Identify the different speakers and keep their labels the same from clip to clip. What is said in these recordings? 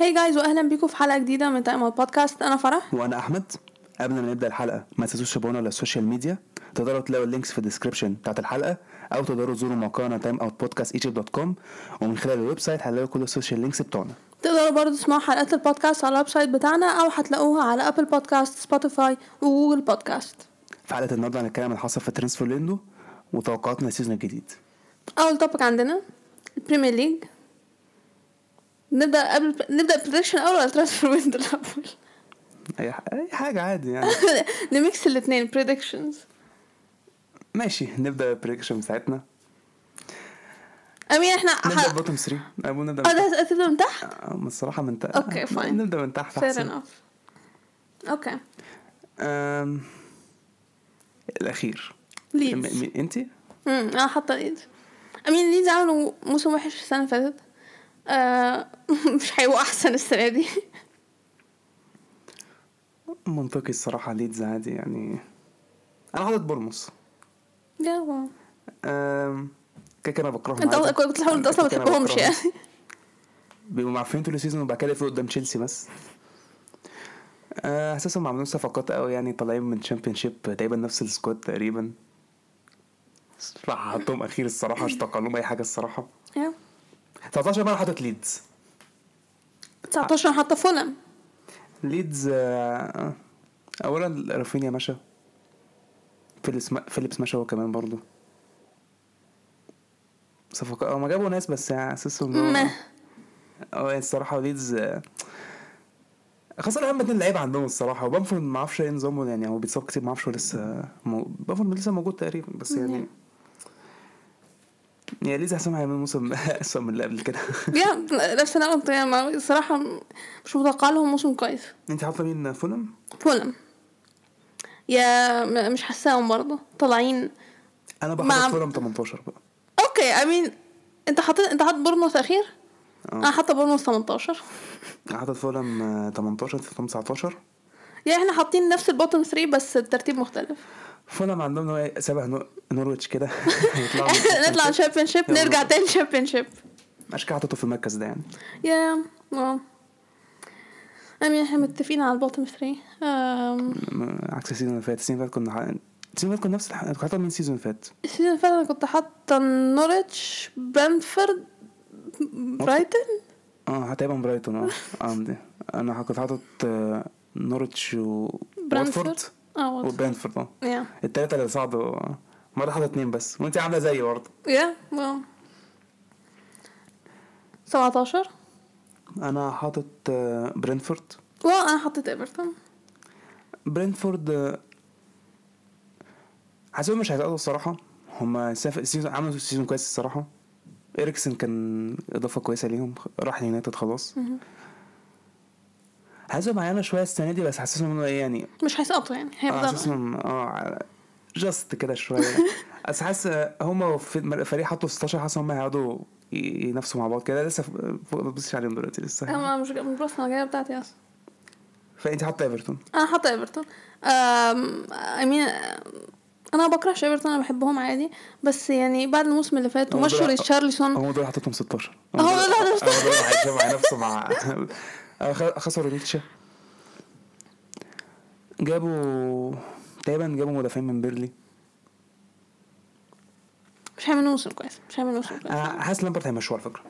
Speaker 1: هاي جايز واهلا بيكم في حلقه جديده من تايم بودكاست انا فرح
Speaker 2: وانا احمد قبل ما نبدا الحلقه ما تنسوش تابعونا على السوشيال ميديا تقدروا تلاقوا اللينكس في الديسكربشن بتاعت الحلقه او تقدروا تزوروا موقعنا تايم اوت بودكاست ايجيبت دوت كوم ومن خلال الويب سايت هتلاقوا كل السوشيال لينكس بتوعنا
Speaker 1: تقدروا برضو تسمعوا حلقات البودكاست على الويب سايت بتاعنا او هتلاقوها على ابل بودكاست سبوتيفاي وجوجل بودكاست
Speaker 2: في حلقه النهارده هنتكلم عن اللي حصل في ترانسفير ليندو وتوقعاتنا للسيزون الجديد
Speaker 1: اول توبك عندنا البريمير ليج نبدا قبل نبدا بريدكشن الاول ولا ترانسفير ويندو الاول
Speaker 2: اي ح- أي حاجه عادي يعني
Speaker 1: نميكس الاثنين بريدكشنز
Speaker 2: ماشي نبدا البريكشن بتاعتنا
Speaker 1: امين احنا
Speaker 2: نبدا
Speaker 1: ح-
Speaker 2: بوتم 3 ابو نبدا
Speaker 1: اه
Speaker 2: أه، من
Speaker 1: ده هتبدا من تحت
Speaker 2: تحت. آه، من الصراحه من تحت
Speaker 1: أوكي، fine.
Speaker 2: نبدا من تحت
Speaker 1: fair
Speaker 2: احسن
Speaker 1: enough اوكي
Speaker 2: أم، الاخير
Speaker 1: ليدز
Speaker 2: انت
Speaker 1: امم انا حاطه ليدز امين ليدز عملوا موسم وحش السنه اللي فاتت آه مش هيبقوا احسن السنه دي
Speaker 2: منطقي الصراحة ليدز عادي يعني أنا حاطط بورموس
Speaker 1: يا واو
Speaker 2: أم، كده كده أنا بكرههم
Speaker 1: انت
Speaker 2: عادي.
Speaker 1: أصلاً- كنت تحاول انت اصلا ما
Speaker 2: كده كده أنا
Speaker 1: بتحبهمش
Speaker 2: بكرههم.
Speaker 1: يعني
Speaker 2: بيبقوا معفنين طول السيزون وبعد كده يفوقوا قدام تشيلسي بس أه، أساسا ما عملوش صفقات قوي يعني طالعين من تشامبيون شيب تقريبا نفس السكواد تقريبا راح حطهم أخير الصراحة مش متوقع لهم أي حاجة الصراحة
Speaker 1: يا.
Speaker 2: 19 بقى أنا حاطط ليدز
Speaker 1: 19 أنا حاطه فولم
Speaker 2: ليدز آه، اولا رافينيا مشى فيليبس فيليبس مشى هو كمان برضه صفقة هما جابوا ناس بس يعني اساسهم هو
Speaker 1: مه.
Speaker 2: هو الصراحة ليدز آه، خسر اهم اتنين لعيبة عندهم الصراحة وبامفورد ما اعرفش ايه نظامه يعني هو بيتصاب كتير ما اعرفش هو لسه مو... بامفورد لسه موجود تقريبا بس يعني
Speaker 1: نعم.
Speaker 2: يعني ليدز احسن هيعمل موسم اسوء من اللي قبل كده
Speaker 1: يا نفس انا قلت يعني ما- الصراحه مش متوقع لهم موسم كويس
Speaker 2: انت حاطة مين فولم؟
Speaker 1: فولم يا م- مش حاساهم برضه طالعين
Speaker 2: انا
Speaker 1: مع-
Speaker 2: بحط فولم 18 بقى
Speaker 1: اوكي امين انت حاطط انت حاطط بورنموث اخير
Speaker 2: آه.
Speaker 1: انا حاطه بورنموث 18
Speaker 2: حاطط فولم آه، 18 في 19
Speaker 1: يعني احنا حاطين نفس البوتم 3 بس الترتيب مختلف
Speaker 2: فولم عندهم نوع- سبع نو- نورويتش كده يطلعوا من
Speaker 1: نطلع
Speaker 2: الشامبيونشيب.
Speaker 1: تشامبيون شيب
Speaker 2: يلا.
Speaker 1: نرجع تاني تشامبيون شيب
Speaker 2: عشان كده حاططه في المركز ده يعني
Speaker 1: يا واو امين احنا متفقين على البوتم 3 أم،
Speaker 2: م- عكس السيزون اللي فات السيزون اللي فات كنا ح- السيزون اللي فات كنا نفس الح... كنت حاطط مين السيزون اللي فات؟
Speaker 1: السيزون اللي فات انا كنت حاطه نوريتش برنتفورد برايتون
Speaker 2: اه تقريبا برايتون اه اه دي. انا كنت حاطط آه، نورتش و
Speaker 1: برنتفورد
Speaker 2: واتفورد
Speaker 1: اه واتفورد.
Speaker 2: وبرانفورد اه
Speaker 1: يا
Speaker 2: التلاتة اللي صعدوا آه. مرة حاطط اتنين بس وانت عاملة زيي برضه
Speaker 1: يا واو 17
Speaker 2: انا حاطط آه، برينفورد
Speaker 1: واو انا حطيت ايفرتون
Speaker 2: برينفورد آه، حاسسهم مش هيتقلوا الصراحة هما ساف- السيزون عملوا سيزون كويس الصراحة إريكسن كان إضافة كويسة ليهم خ- راح اليونايتد خلاص حاسسهم معانا شوية السنة دي بس حاسسهم إنه إيه يعني
Speaker 1: مش هيسقطوا يعني
Speaker 2: اه
Speaker 1: هيفضلوا
Speaker 2: حاسسهم اه جاست كده شوية بس حاسس آه، هما في الم- الفريق حطوا 16 حاسس هما هيقعدوا ي- ينافسوا مع بعض كده لسه ف- ف- ما تبصش عليهم دلوقتي لسه
Speaker 1: انا مش مش بص انا جايه بتاعتي اصلا
Speaker 2: فأنت حاطة إيفرتون
Speaker 1: انا حاطه ايفرتون امين انا ما بكرهش ايفرتون انا بحبهم عادي بس يعني بعد الموسم اللي فات
Speaker 2: هو
Speaker 1: ومشوا
Speaker 2: ده-
Speaker 1: ريتشارلسون
Speaker 2: هم دول حطيتهم 16
Speaker 1: آه، هو دول حطيتهم
Speaker 2: 16 مع نفسه مع آه، خ- خسروا نيتشه جابوا تقريبا جابوا مدافعين من بيرلي
Speaker 1: مش هيعملوا موسم كويس مش هيعملوا
Speaker 2: أه.
Speaker 1: موسم كويس
Speaker 2: انا آه، حاسس لامبرت هيمشوه على فكره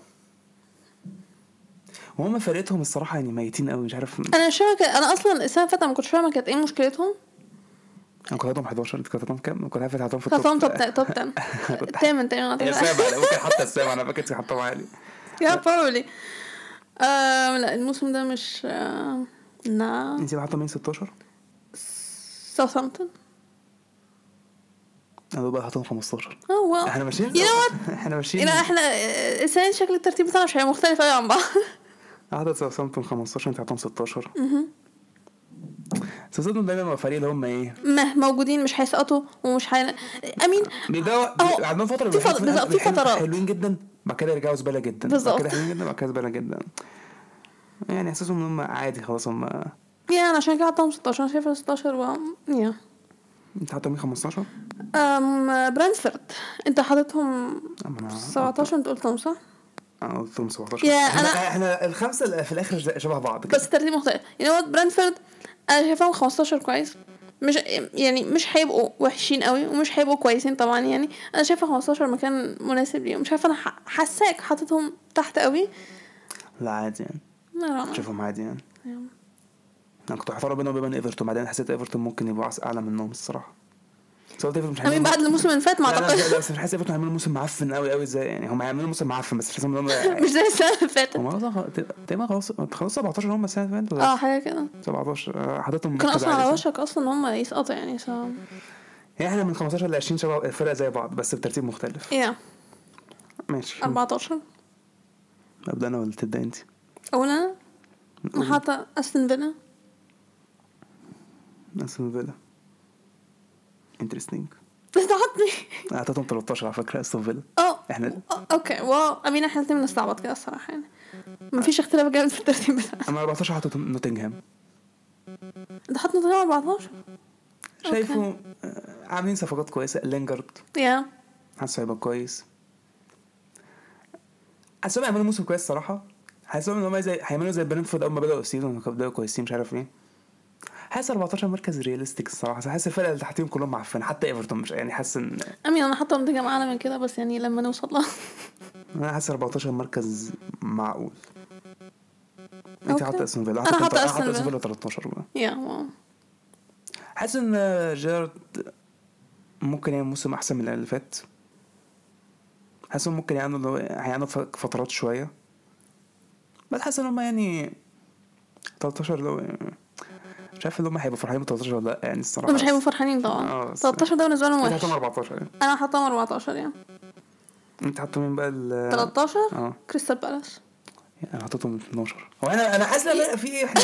Speaker 2: وهم فرقتهم الصراحه يعني ميتين قوي مش عارف
Speaker 1: انا مش فاهمه كده- انا اصلا السنه اللي فاتت أنا ما كنتش فاهمه كانت ايه مشكلتهم
Speaker 2: انا كنت حاططهم 11 انت كنت حاططهم كام؟ كنت عارف حاططهم في التوب
Speaker 1: خلاص توب توب 10 الثامن تقريبا
Speaker 2: هي
Speaker 1: أعتقد.
Speaker 2: سابع أنا ممكن حتى السابع انا فاكر حطهم عالي
Speaker 1: يا بروبلي آه لا الموسم ده مش آه نا
Speaker 2: انت حاطه مين 16
Speaker 1: ساوثامبتون
Speaker 2: انا بقى حاططهم 15
Speaker 1: اه واو
Speaker 2: احنا ماشيين
Speaker 1: You know
Speaker 2: سوا. احنا
Speaker 1: إيه
Speaker 2: ماشيين
Speaker 1: لا احنا آه، السنة دي شكل الترتيب بتاعنا مش هيبقى مختلف قوي عن بعض
Speaker 2: عدد ساوثامبتون 15 انت عطهم 16 اها ساوثامبتون دايما الفريق اللي هم ايه
Speaker 1: مه موجودين مش هيسقطوا ومش هي امين
Speaker 2: بيدوا عندهم فتره
Speaker 1: اه. في
Speaker 2: بيبقوا
Speaker 1: فت-
Speaker 2: حلوين-
Speaker 1: بالظبط، في
Speaker 2: حلوين-
Speaker 1: فترات.
Speaker 2: حلوين جدا بعد كده يرجعوا زباله جدا
Speaker 1: بالظبط.
Speaker 2: بعد كده حلوين جدا بعد كده زباله جدا يعني احساسهم ان هم عادي خلاص هم
Speaker 1: يعني انا عشان كده حطهم 16 انا شايفه 16 و يا
Speaker 2: انت حاطط مين 15
Speaker 1: ام برانفورد انت حاططهم
Speaker 2: أما انا
Speaker 1: 17 انت قلتهم صح؟
Speaker 2: انا قلتهم 17
Speaker 1: يا
Speaker 2: احنا
Speaker 1: أنا-
Speaker 2: احنا الخمسه اللي في الاخر زي- شبه بعض كده
Speaker 1: بس ترتيب مختلف يعني هو برانفورد انا شايفاهم 15 كويس مش يعني مش هيبقوا وحشين قوي ومش هيبقوا كويسين طبعا يعني انا شايفه 15 مكان مناسب ليهم مش عارفه انا ح- حاساك حاططهم تحت قوي
Speaker 2: لا عادي يعني
Speaker 1: لا لا
Speaker 2: شوفهم عادي يعني
Speaker 1: أيوة.
Speaker 2: انا كنت محتار بينهم وبين ايفرتون بعدين حسيت ايفرتون ممكن يبقوا أعس- اعلى منهم الصراحه بس قلت ايفرتون مش
Speaker 1: امين بعد الموسم اللي فات ما
Speaker 2: لا، لا،
Speaker 1: اعتقدش
Speaker 2: يعني لا، بس حاسس ايفرتون هيعملوا موسم معفن قوي قوي ازاي يعني هم هيعملوا موسم معفن بس حاسس انهم
Speaker 1: مش زي السنه اللي فاتت
Speaker 2: هم خلاص تقريبا خلاص خلاص 17 هم السنه اللي فاتت
Speaker 1: اه
Speaker 2: ولا
Speaker 1: حاجه كده
Speaker 2: 17 آه، حضرتهم
Speaker 1: كان
Speaker 2: مركز
Speaker 1: اصلا
Speaker 2: عالي، صح؟
Speaker 1: على وشك اصلا ان هم يسقطوا يعني ف
Speaker 2: يعني احنا من 15 ل 20 شباب فرقه زي بعض بس بترتيب مختلف
Speaker 1: يا
Speaker 2: ماشي
Speaker 1: آه. 14
Speaker 2: ابدا انا ولا تبدا انت
Speaker 1: اولا انا حاطه استون فيلا
Speaker 2: استون فيلا انترستنج
Speaker 1: بس ده حطني
Speaker 2: اعطيتهم 13 على فكره استون فيلا
Speaker 1: اه
Speaker 2: احنا
Speaker 1: آه، اوكي واو امين احنا الاثنين بنستعبط كده الصراحه يعني مفيش اختلاف جامد في الترتيب بتاعنا
Speaker 2: انا 14 حطيتهم نوتنجهام
Speaker 1: انت حاطط نوتنهام 14
Speaker 2: شايفه آه، عاملين صفقات كويسه لينجارد
Speaker 1: يا
Speaker 2: حاسه هيبقى كويس حاسسهم هيعملوا موسم كويس صراحه حاسسهم ان هم زي هيعملوا زي برينفورد اول ما بداوا السيزون كانوا بداوا كويسين مش عارف ايه حاسس 14 مركز رياليستيك الصراحه حاسس الفرقه اللي تحتيهم كلهم معفنه حتى ايفرتون مش يعني حاسس ان
Speaker 1: امين انا حاطه نوتنهام اعلى من كده بس يعني لما نوصل لها
Speaker 2: انا حاسس 14 مركز معقول انت
Speaker 1: أوكي.
Speaker 2: حاطه استون فيلا
Speaker 1: أنا
Speaker 2: حاطة-
Speaker 1: حاطة أستون
Speaker 2: حاطه استون
Speaker 1: فيلا.
Speaker 2: فيلا 13 بقى
Speaker 1: يا واو
Speaker 2: حاسس ان جيرارد ممكن يعمل موسم احسن من اللي فات حاسس إن ممكن يعمل هيعمل ف- فترات شويه بس حاسس ان هم يعني 13 لو مش عارف ان هم هيبقوا فرحانين ب 13 ولا لا يعني الصراحه
Speaker 1: مش هيبقوا فرحانين
Speaker 2: آه،
Speaker 1: طبعا
Speaker 2: بس-
Speaker 1: 13 ده بالنسبه لهم
Speaker 2: انت
Speaker 1: وحش
Speaker 2: حاطهم 14 يعني
Speaker 1: انا حاطاهم 14 يعني
Speaker 2: انت حاطط مين بقى ال
Speaker 1: 13
Speaker 2: اه
Speaker 1: كريستال بالاس
Speaker 2: انا حاططهم 12 هو انا انا حاسس ان أنا- في ايه احنا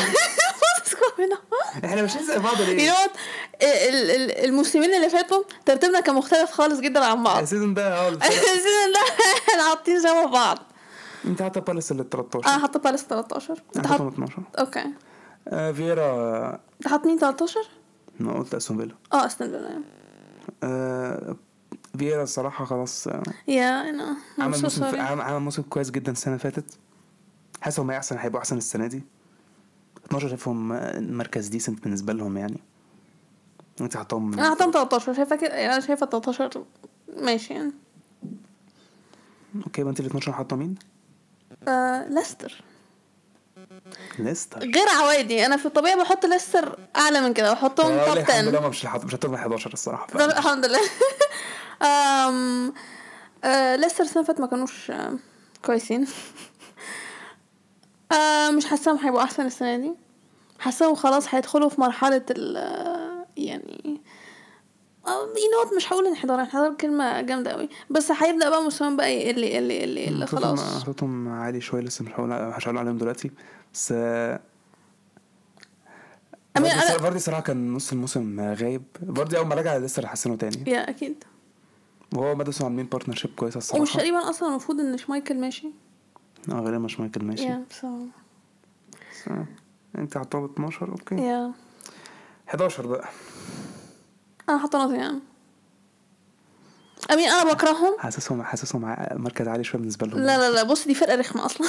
Speaker 2: احنا مش زي بعض
Speaker 1: يعني
Speaker 2: ليه؟
Speaker 1: هو ال- ال- الموسمين اللي فاتوا ترتيبنا كان مختلف خالص جدا عن بعض
Speaker 2: السيزون ده اه الفرق-
Speaker 1: السيزون ده احنا حاطين شبه بعض
Speaker 2: انت حاطه بالاس اللي 13
Speaker 1: انا حاطه بالاس 13 آه، انت
Speaker 2: انت
Speaker 1: حاط
Speaker 2: حاطه 12
Speaker 1: اوكي انت
Speaker 2: آه، فييرا
Speaker 1: حاط مين 13
Speaker 2: انا قلت استون فيلا
Speaker 1: اه استون فيلا
Speaker 2: آه، فييرا الصراحه خلاص آه،
Speaker 1: يا انا
Speaker 2: عمل
Speaker 1: I'm so
Speaker 2: موسم
Speaker 1: sorry.
Speaker 2: عمل عمل موسم كويس جدا السنه اللي فاتت حاسس هم احسن هيبقوا احسن السنه دي 12 شايفهم آه، مركز ديسنت بالنسبه لهم يعني انت حاطهم
Speaker 1: انا حاطه 13 شايفه كده يعني انا شايفه 13 ماشي يعني
Speaker 2: اوكي يبقى انت ال 12 حاطه مين؟
Speaker 1: آه ليستر
Speaker 2: ليستر
Speaker 1: غير عوادي انا في الطبيعه بحط ليستر اعلى من كده بحطهم
Speaker 2: أنا أقول
Speaker 1: توب
Speaker 2: لك آه، الحمد
Speaker 1: 10
Speaker 2: لله ما مش حاط- مش حاطهم 11 الصراحه
Speaker 1: طب الحمد لله آم، آه، ليستر السنه اللي فاتت ما كانوش آم، كويسين آه، مش حاساهم هيبقوا احسن السنه دي حاساهم خلاص هيدخلوا في مرحله ال يعني أه، ينوت مش هقول انحدار انحدار كلمه جامده قوي بس هيبدا بقى مستواهم بقى يقل يقل يقل يقل
Speaker 2: حاططهم-
Speaker 1: خلاص
Speaker 2: حاططهم عالي شويه لسه مش هقول مش هقول عليهم دلوقتي بس آه،
Speaker 1: أمين،
Speaker 2: فاردي
Speaker 1: أنا-
Speaker 2: الصراحة- فاردي صراحه كان نص الموسم آه، غايب فاردي اول ما رجع لسه حسنه تاني
Speaker 1: يا اكيد
Speaker 2: وهو ماديسون عاملين بارتنرشيب كويسه الصراحه
Speaker 1: ومش تقريبا اصلا المفروض ان شمايكل ماشي
Speaker 2: اه غالبا مش مايكل ماشي
Speaker 1: يا so-
Speaker 2: بس، آه، انت حطاه ب 12 اوكي
Speaker 1: يا
Speaker 2: 11 بقى
Speaker 1: انا حاطه نوتنجهام امين انا بكرههم
Speaker 2: حاسسهم حاسسهم ع- مركز عالي شويه بالنسبه لهم
Speaker 1: لا لا لا بص دي فرقه رخمه اصلا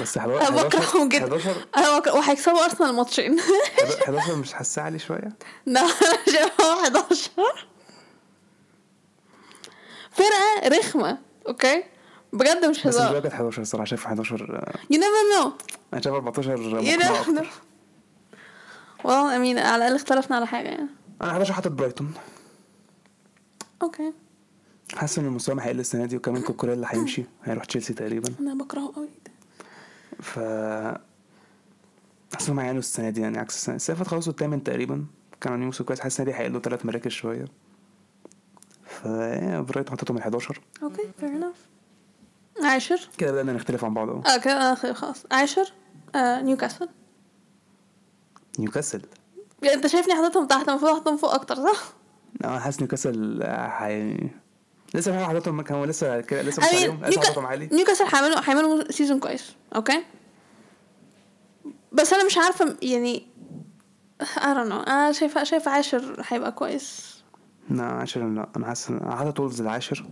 Speaker 2: بس
Speaker 1: أنا
Speaker 2: 11
Speaker 1: بكرههم جدا.
Speaker 2: 11
Speaker 1: انا بكره وهيكسبوا ارسنال ماتشين
Speaker 2: 11 مش حاساه عالي شويه
Speaker 1: لا انا شايفها 11 فرقه رخمه اوكي بجد مش
Speaker 2: بس مش
Speaker 1: هزار
Speaker 2: درجه 11 الصراحه شايف 11 آه،
Speaker 1: يو نيفر نو
Speaker 2: انا شايف 14
Speaker 1: يو
Speaker 2: مقنع
Speaker 1: نيفر نو
Speaker 2: أكتر.
Speaker 1: والله امين على الاقل اختلفنا على حاجه يعني
Speaker 2: انا 11 حاطط برايتون
Speaker 1: اوكي
Speaker 2: حاسس ان مستواهم هيقل السنه دي وكمان كوكوريا اللي هيمشي هيروح تشيلسي تقريبا
Speaker 1: انا بكرهه قوي
Speaker 2: ف حاسس انهم هيعانوا السنه دي يعني عكس السنه السنه اللي فاتت خلصوا التامن تقريبا كانوا عاملين موسم كويس حاسس ان دي هيقلوا ثلاث مراكز شويه ف يعني برايت حطيتهم ال 11
Speaker 1: اوكي فير انف عاشر
Speaker 2: كده بدانا نختلف عن بعض اهو
Speaker 1: اه كده انا خ- خلاص عاشر آه نيوكاسل
Speaker 2: نيوكاسل
Speaker 1: يعني انت شايفني حاططهم تحت المفروض احطهم فوق اكتر صح؟
Speaker 2: انا حاسس نيوكاسل آه، هي لسه مش عارف حضرتهم كان هو لسه كده لسه مش
Speaker 1: أمين،
Speaker 2: عليهم لسه
Speaker 1: نيوكا-
Speaker 2: حضرتهم عالي
Speaker 1: نيوكاسل هيعملوا هيعملوا سيزون كويس اوكي بس انا مش عارفه م- يعني I don't know انا شايفه شايفه عاشر هيبقى كويس
Speaker 2: لا عاشر لا انا حاسس انا حاطط وولفز العاشر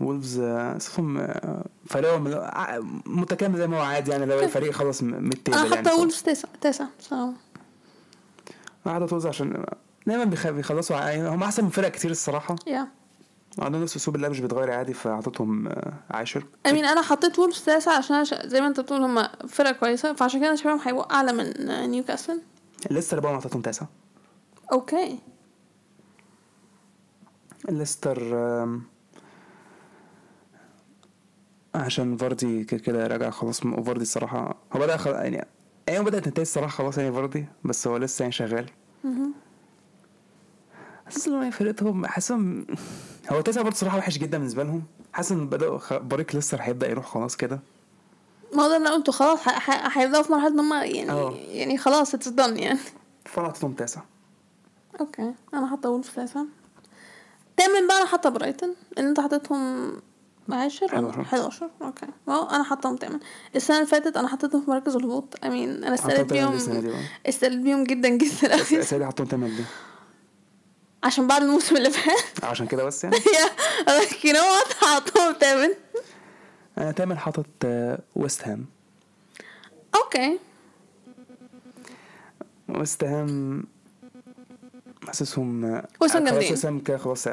Speaker 2: وولفز آه، صفهم آه، فريقهم اللي هو ع- متكامل زي ما هو عادي يعني لو الفريق خلاص م- من التابل
Speaker 1: انا
Speaker 2: يعني
Speaker 1: حاطه
Speaker 2: خلاص.
Speaker 1: وولفز تسعة تسعة بصراحة
Speaker 2: قاعدة توزع عشان دايما بيخ- بيخلصوا ع- يعني هم احسن من فرق كتير الصراحه
Speaker 1: يا
Speaker 2: عندهم نفس اسلوب اللعب مش بيتغير عادي فعطيتهم آه، عاشر
Speaker 1: امين انا حطيت وولفز تسعة عشان أنا ش- زي ما انت بتقول هما فرقة كويسة فعشان كده انا شايفهم هيبقوا اعلى من آه، نيوكاسل
Speaker 2: ليستر بقى عطيتهم تسعه
Speaker 1: اوكي
Speaker 2: ليستر آم، عشان فاردي كده كده راجع خلاص م- فاردي الصراحة هو بدأ خل... يعني أيام بدأت تنتهي الصراحة خلاص يعني فاردي بس هو لسه يعني شغال
Speaker 1: مهم.
Speaker 2: حاسس إن هم فرقتهم حاسسهم هو تسعة برضه صراحة وحش جدا بالنسبة لهم حاسس إن بدأوا خ... بريك ليستر هيبدا يروح خلاص كده
Speaker 1: ما هو ده اللي أنا قلته خلاص ح- ح- هيبدأوا في مرحلة ان هما
Speaker 2: أه.
Speaker 1: يعني يعني خلاص اتس دن يعني
Speaker 2: فأنا أعطيتهم تسعة
Speaker 1: اوكي انا حاطه وولفز تسعة تامن بقى انا حاطه برايتون اللي انت حطيتهم عاشر ولا
Speaker 2: 11.
Speaker 1: 11 اوكي اهو انا حاطهم تامن السنه اللي فاتت انا حطيتهم في مركز الهبوط امين انا
Speaker 2: حطيتهم
Speaker 1: استقلت
Speaker 2: تامن السنة دي
Speaker 1: بيهم
Speaker 2: بقى.
Speaker 1: استقلت بيهم جدا جدا
Speaker 2: بس
Speaker 1: قوي
Speaker 2: الأسئلة دي حطيتهم تمام دي
Speaker 1: عشان بعد الموسم اللي فات
Speaker 2: عشان كده بس يعني
Speaker 1: يا لكن هو حطهم تامن
Speaker 2: أنا تامن حاطط آه، ويست هام
Speaker 1: اوكي
Speaker 2: ويست هام حاسسهم آه،
Speaker 1: ويست هام
Speaker 2: خلاص
Speaker 1: جامدين.
Speaker 2: ويست هام كده خلاص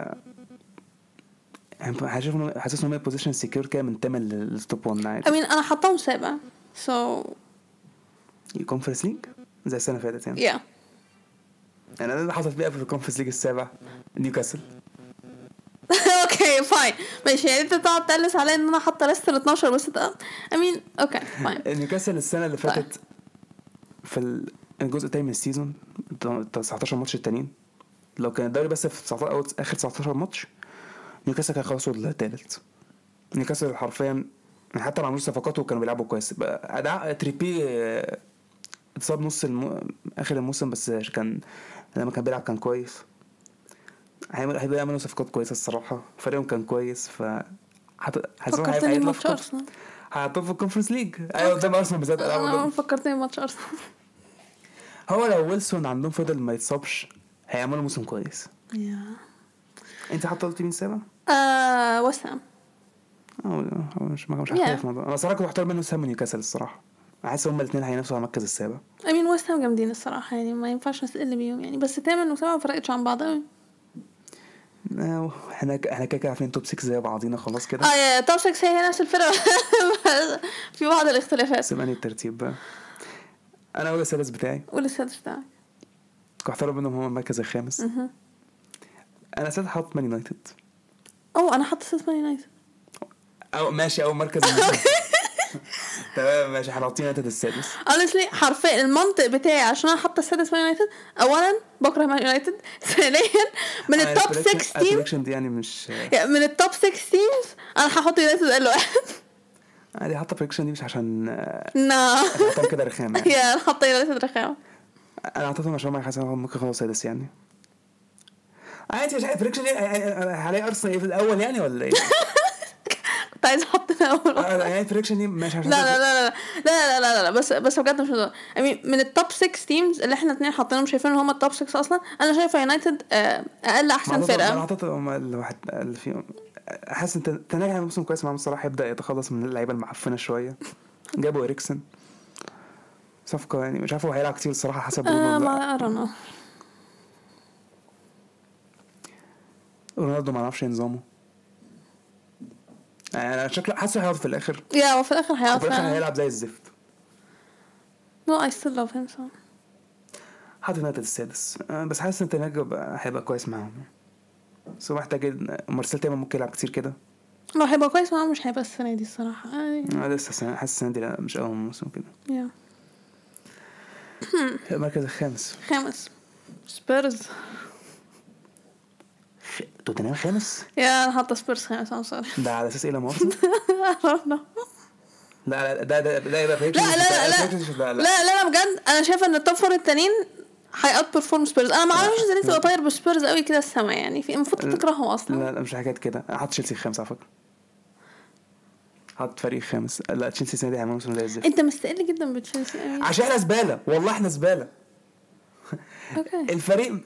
Speaker 2: هشوفهم حاسسهم هي بوزيشن سكيور كده من تامن للتوب 1 عادي
Speaker 1: امين انا حطاهم سابع سو
Speaker 2: الكونفرنس ليج زي السنه اللي فاتت يعني
Speaker 1: يا
Speaker 2: انا ده اللي حصل بقى في الكونفرنس ليج السابع نيوكاسل
Speaker 1: اوكي فاين ماشي يعني انت تقعد تقلس عليا ان انا حاطه لستر 12 بس ده امين اوكي فاين
Speaker 2: نيوكاسل السنه اللي فاتت في ال- الجزء التاني من السيزون الت- 19 ماتش التانيين لو كان الدوري بس في 19 اول اخر 19 ماتش نيوكاسل كان خلاص وصل للتالت نيوكاسل حرفيا حتى ما عملوش صفقات وكانوا بيلعبوا كويس بقى- اداء تريبي آه، اتصاب نص الم... اخر الموسم بس كان لما كان بيلعب كان كويس هيعمل هيبقى يعملوا صفقات كويسه الصراحه فريقهم كان كويس ف حت- حاسس إن هو هيبقى
Speaker 1: فكرتني
Speaker 2: هيطلع
Speaker 1: بماتش
Speaker 2: في كونف-
Speaker 1: ارسنال
Speaker 2: هيحطوه في الكونفرنس ليج ايوه قدام ارسنال بالذات ألعبوا
Speaker 1: انا
Speaker 2: قدام.
Speaker 1: آه، فكرتني بماتش ارسنال
Speaker 2: هو لو ويلسون عندهم فضل ما يتصابش هيعملوا موسم كويس انت حاطه قلت مين سابع؟
Speaker 1: آه، وسام
Speaker 2: أو أو مش مش
Speaker 1: Yeah.
Speaker 2: هختلف في الموضوع انا صراحه كنت محتار بين ويست هام ونيوكاسل الصراحه حاسس هما الاثنين هينافسوا على المركز السابع
Speaker 1: امين وسام جامدين الصراحه يعني ما ينفعش نستقل بيهم يعني بس تامن وسبعه ما فرقتش عن بعض قوي
Speaker 2: آه، احنا ك- احنا كده كده عارفين توب 6 زي بعضينا خلاص كده
Speaker 1: اه يا توب 6 هي نفس الفرقه بس في بعض الاختلافات
Speaker 2: سيباني الترتيب بقى انا اول السادس بتاعي
Speaker 1: والسادس بتاعك
Speaker 2: كنت محتار بينهم هما المركز الخامس
Speaker 1: مهم.
Speaker 2: انا سادس حاطط مان يونايتد
Speaker 1: اوه انا حاطه سيس مان يونايتد
Speaker 2: او ماشي اول مركز تمام ماشي هنحط يونايتد السادس
Speaker 1: honestly حرفيا المنطق بتاعي عشان انا حاطه السادس مان يونايتد اولا بكره مان يونايتد ثانيا من
Speaker 2: آه،
Speaker 1: التوب 6 تيم
Speaker 2: السلكشن دي يعني مش
Speaker 1: يعني من التوب 6 تيمز انا هحط يونايتد اقل واحد
Speaker 2: عادي حاطه بريكشن آه، دي مش عشان آه،
Speaker 1: نا
Speaker 2: حطهم كده رخام يعني
Speaker 1: يا انا حاطه يونايتد رخامه
Speaker 2: انا حطيتهم عشان ما حاسس إن هو ممكن يخلص سادس يعني عادي مش عارف بريكشن آه، هلاقي ارسنال ايه في الاول يعني ولا ايه؟
Speaker 1: كنت عايزه احط اول واحد
Speaker 2: يعني بريكشن دي ماشي عشان
Speaker 1: لا لا لا لا لا لا لا لا بس بس بجد مش هزار I mean من التوب 6 تيمز اللي احنا اتنين حاطينهم شايفين ان هم التوب 6 اصلا انا شايفه يونايتد آه، اقل احسن
Speaker 2: انا
Speaker 1: فرقه
Speaker 2: حطيت هم الواحد اللي فيهم حاسس ان تن- تناجي عامل موسم كويس مع محمد صلاح يبدا يتخلص من اللعيبه المعفنه شويه جابوا اريكسن صفقه يعني مش عارف هو هيلعب كتير الصراحه حسب
Speaker 1: آه،
Speaker 2: رونالدو
Speaker 1: ما ارانا
Speaker 2: رونالدو ما نعرفش إيه نظامه انا شكله حاسه هيقعد في الاخر
Speaker 1: يا وفي الاخر
Speaker 2: وفي الاخر
Speaker 1: هيعرف
Speaker 2: هيلعب زي الزفت
Speaker 1: نو اي ستيل لاف هيم سو
Speaker 2: حاطط يونايتد السادس أه، بس حاسس ان تناجي هيبقى كويس معاهم يعني. بس هو محتاج إن- مارسيل تقريبا ممكن يلعب كتير كده
Speaker 1: لو هيبقى كويس معاهم مش هيبقى السنه دي الصراحه يعني-
Speaker 2: أه، لسه سنة- حاسس السنه دي لا مش اول موسم كده
Speaker 1: يا
Speaker 2: المركز الخامس
Speaker 1: خامس سبيرز
Speaker 2: خ- توتنهام خامس
Speaker 1: يا انا حاطه سبيرز خامس ام سوري
Speaker 2: ده على اساس ايه لما أوصل؟ لا لا ده ده ده
Speaker 1: لا
Speaker 2: يبقى
Speaker 1: لا لا لا لا لا بجد انا شايفه ان التوب فور التانيين هيأت بيرفورم سبيرز انا ما اعرفش ازاي تبقى طاير بسبيرز قوي كده السما يعني في المفروض تكرههم اصلا
Speaker 2: لا لا مش حاجات كده انا حاطط تشيلسي الخامس على فكره حاطط فريق خامس لا تشيلسي السنه دي هيعمل موسم زي الزفت
Speaker 1: انت مستقل جدا بتشيلسي أوي.
Speaker 2: عشان احنا زباله والله احنا زباله
Speaker 1: اوكي
Speaker 2: الفريق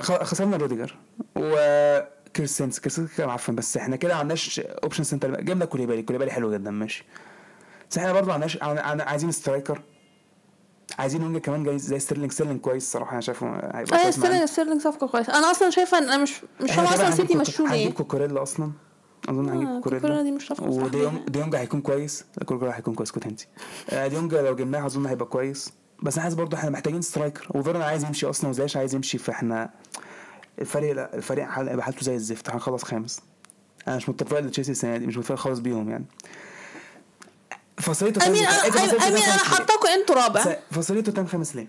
Speaker 2: خ- خسرنا روديجر وكان كريستنس كريستنس كان معفن بس احنا كده ما عندناش اوبشن سنتر جبنا كوليبالي كوليبالي حلو جدا ماشي بس احنا برضه ما عندناش عن- عن- عايزين سترايكر عايزين وينج كمان جاي زي ستيرلينج ستيرلينج كويس صراحه انا شايفه هيبقى
Speaker 1: اه
Speaker 2: كويس معانا.
Speaker 1: ستيرلينج ستيرلينج صفقه كويسه انا اصلا شايفه ان انا مش مش
Speaker 2: احنا
Speaker 1: فاهمه
Speaker 2: تقريباً
Speaker 1: اصلا
Speaker 2: هنجيب
Speaker 1: سيتي
Speaker 2: كوكا-
Speaker 1: مشوه ليه
Speaker 2: هنجيب كوكوريلا اصلا اظن
Speaker 1: آه،
Speaker 2: هنجيب
Speaker 1: كوكوريلا
Speaker 2: كوكوريلا
Speaker 1: دي مش هتخلص
Speaker 2: وديونج
Speaker 1: لوحدها.
Speaker 2: ديونج هيكون كويس لا، كوكوريلا هيكون كويس كنت انت ديونج لو جبناه اظن هيبقى كويس بس انا حاسس برضه احنا محتاجين سترايكر وفيرن عايز يمشي اصلا وزياش عايز يمشي فاحنا الفريق لا الفريق حال- هيبقى حالته زي الزفت هنخلص خامس انا مش متفائل لتشيلسي السنه دي مش متفائل خالص بيهم يعني فصلية توتنهام-
Speaker 1: امين
Speaker 2: إيه ده، فصلية
Speaker 1: انا امين
Speaker 2: توتنهام
Speaker 1: انا
Speaker 2: خامس ليه؟
Speaker 1: حطاكوا انتوا رابع
Speaker 2: س- فصلية توتنهام خامس ليه؟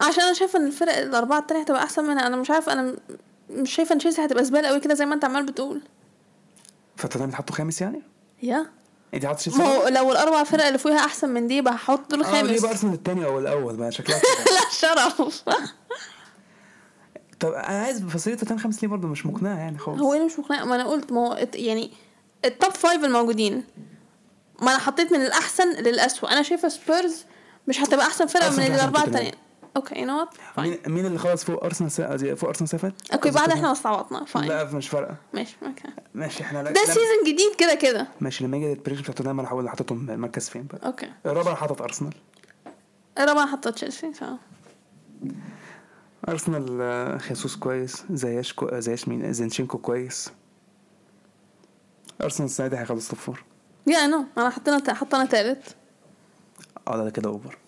Speaker 1: عشان انا شايفه ان الفرق الاربعه التانية هتبقى احسن منها انا مش عارف انا م- مش شايفه ان تشيلسي هتبقى زباله قوي كده زي ما انت عمال بتقول
Speaker 2: فتوتنهام يتحطوا خامس يعني؟
Speaker 1: يا
Speaker 2: انت حاطط تشيلسي
Speaker 1: ما هو لو الاربع فرق اللي فوقها احسن من دي بقى هحط دول
Speaker 2: اه ليه
Speaker 1: خامس
Speaker 2: بقى ارسنال الثاني او الاول بقى شكلها كده
Speaker 1: لا شرف
Speaker 2: طب انا عايز فصيلة توتنهام خمس ليه برضه مش مقنعه يعني خالص
Speaker 1: هو ايه اللي مش مقنع ما انا قلت ما هو الت- يعني التوب فايف الموجودين ما انا حطيت من الاحسن للاسوء انا شايفه سبيرز مش هتبقى احسن فرقه
Speaker 2: أحسن
Speaker 1: من
Speaker 2: فرقة
Speaker 1: الاربعه
Speaker 2: هتبقى
Speaker 1: التانيين اوكي يو نو فاين
Speaker 2: مين مين اللي خلص فوق ارسنال سا... قصدي فوق ارسنال سافت؟
Speaker 1: اوكي بعد احنا استعبطنا فاين
Speaker 2: لا مش فارقه
Speaker 1: ماشي اوكي
Speaker 2: ماشي احنا لا...
Speaker 1: ده
Speaker 2: لا-
Speaker 1: سيزون جديد كده كده
Speaker 2: ماشي لما يجي البريشن بتاع توتنهام انا هقول اللي حاططهم المركز فين بقى
Speaker 1: اوكي
Speaker 2: الرابع حاطط ارسنال
Speaker 1: الرابعه حطت تشيلسي so.
Speaker 2: ارسنال آه، خيسوس كويس زياش كو... آه، زياش مين زينشينكو كويس ارسنال السنه دي هيخلص توب فور
Speaker 1: يا نو انا حطينا حطينا تالت
Speaker 2: اه ده كده اوفر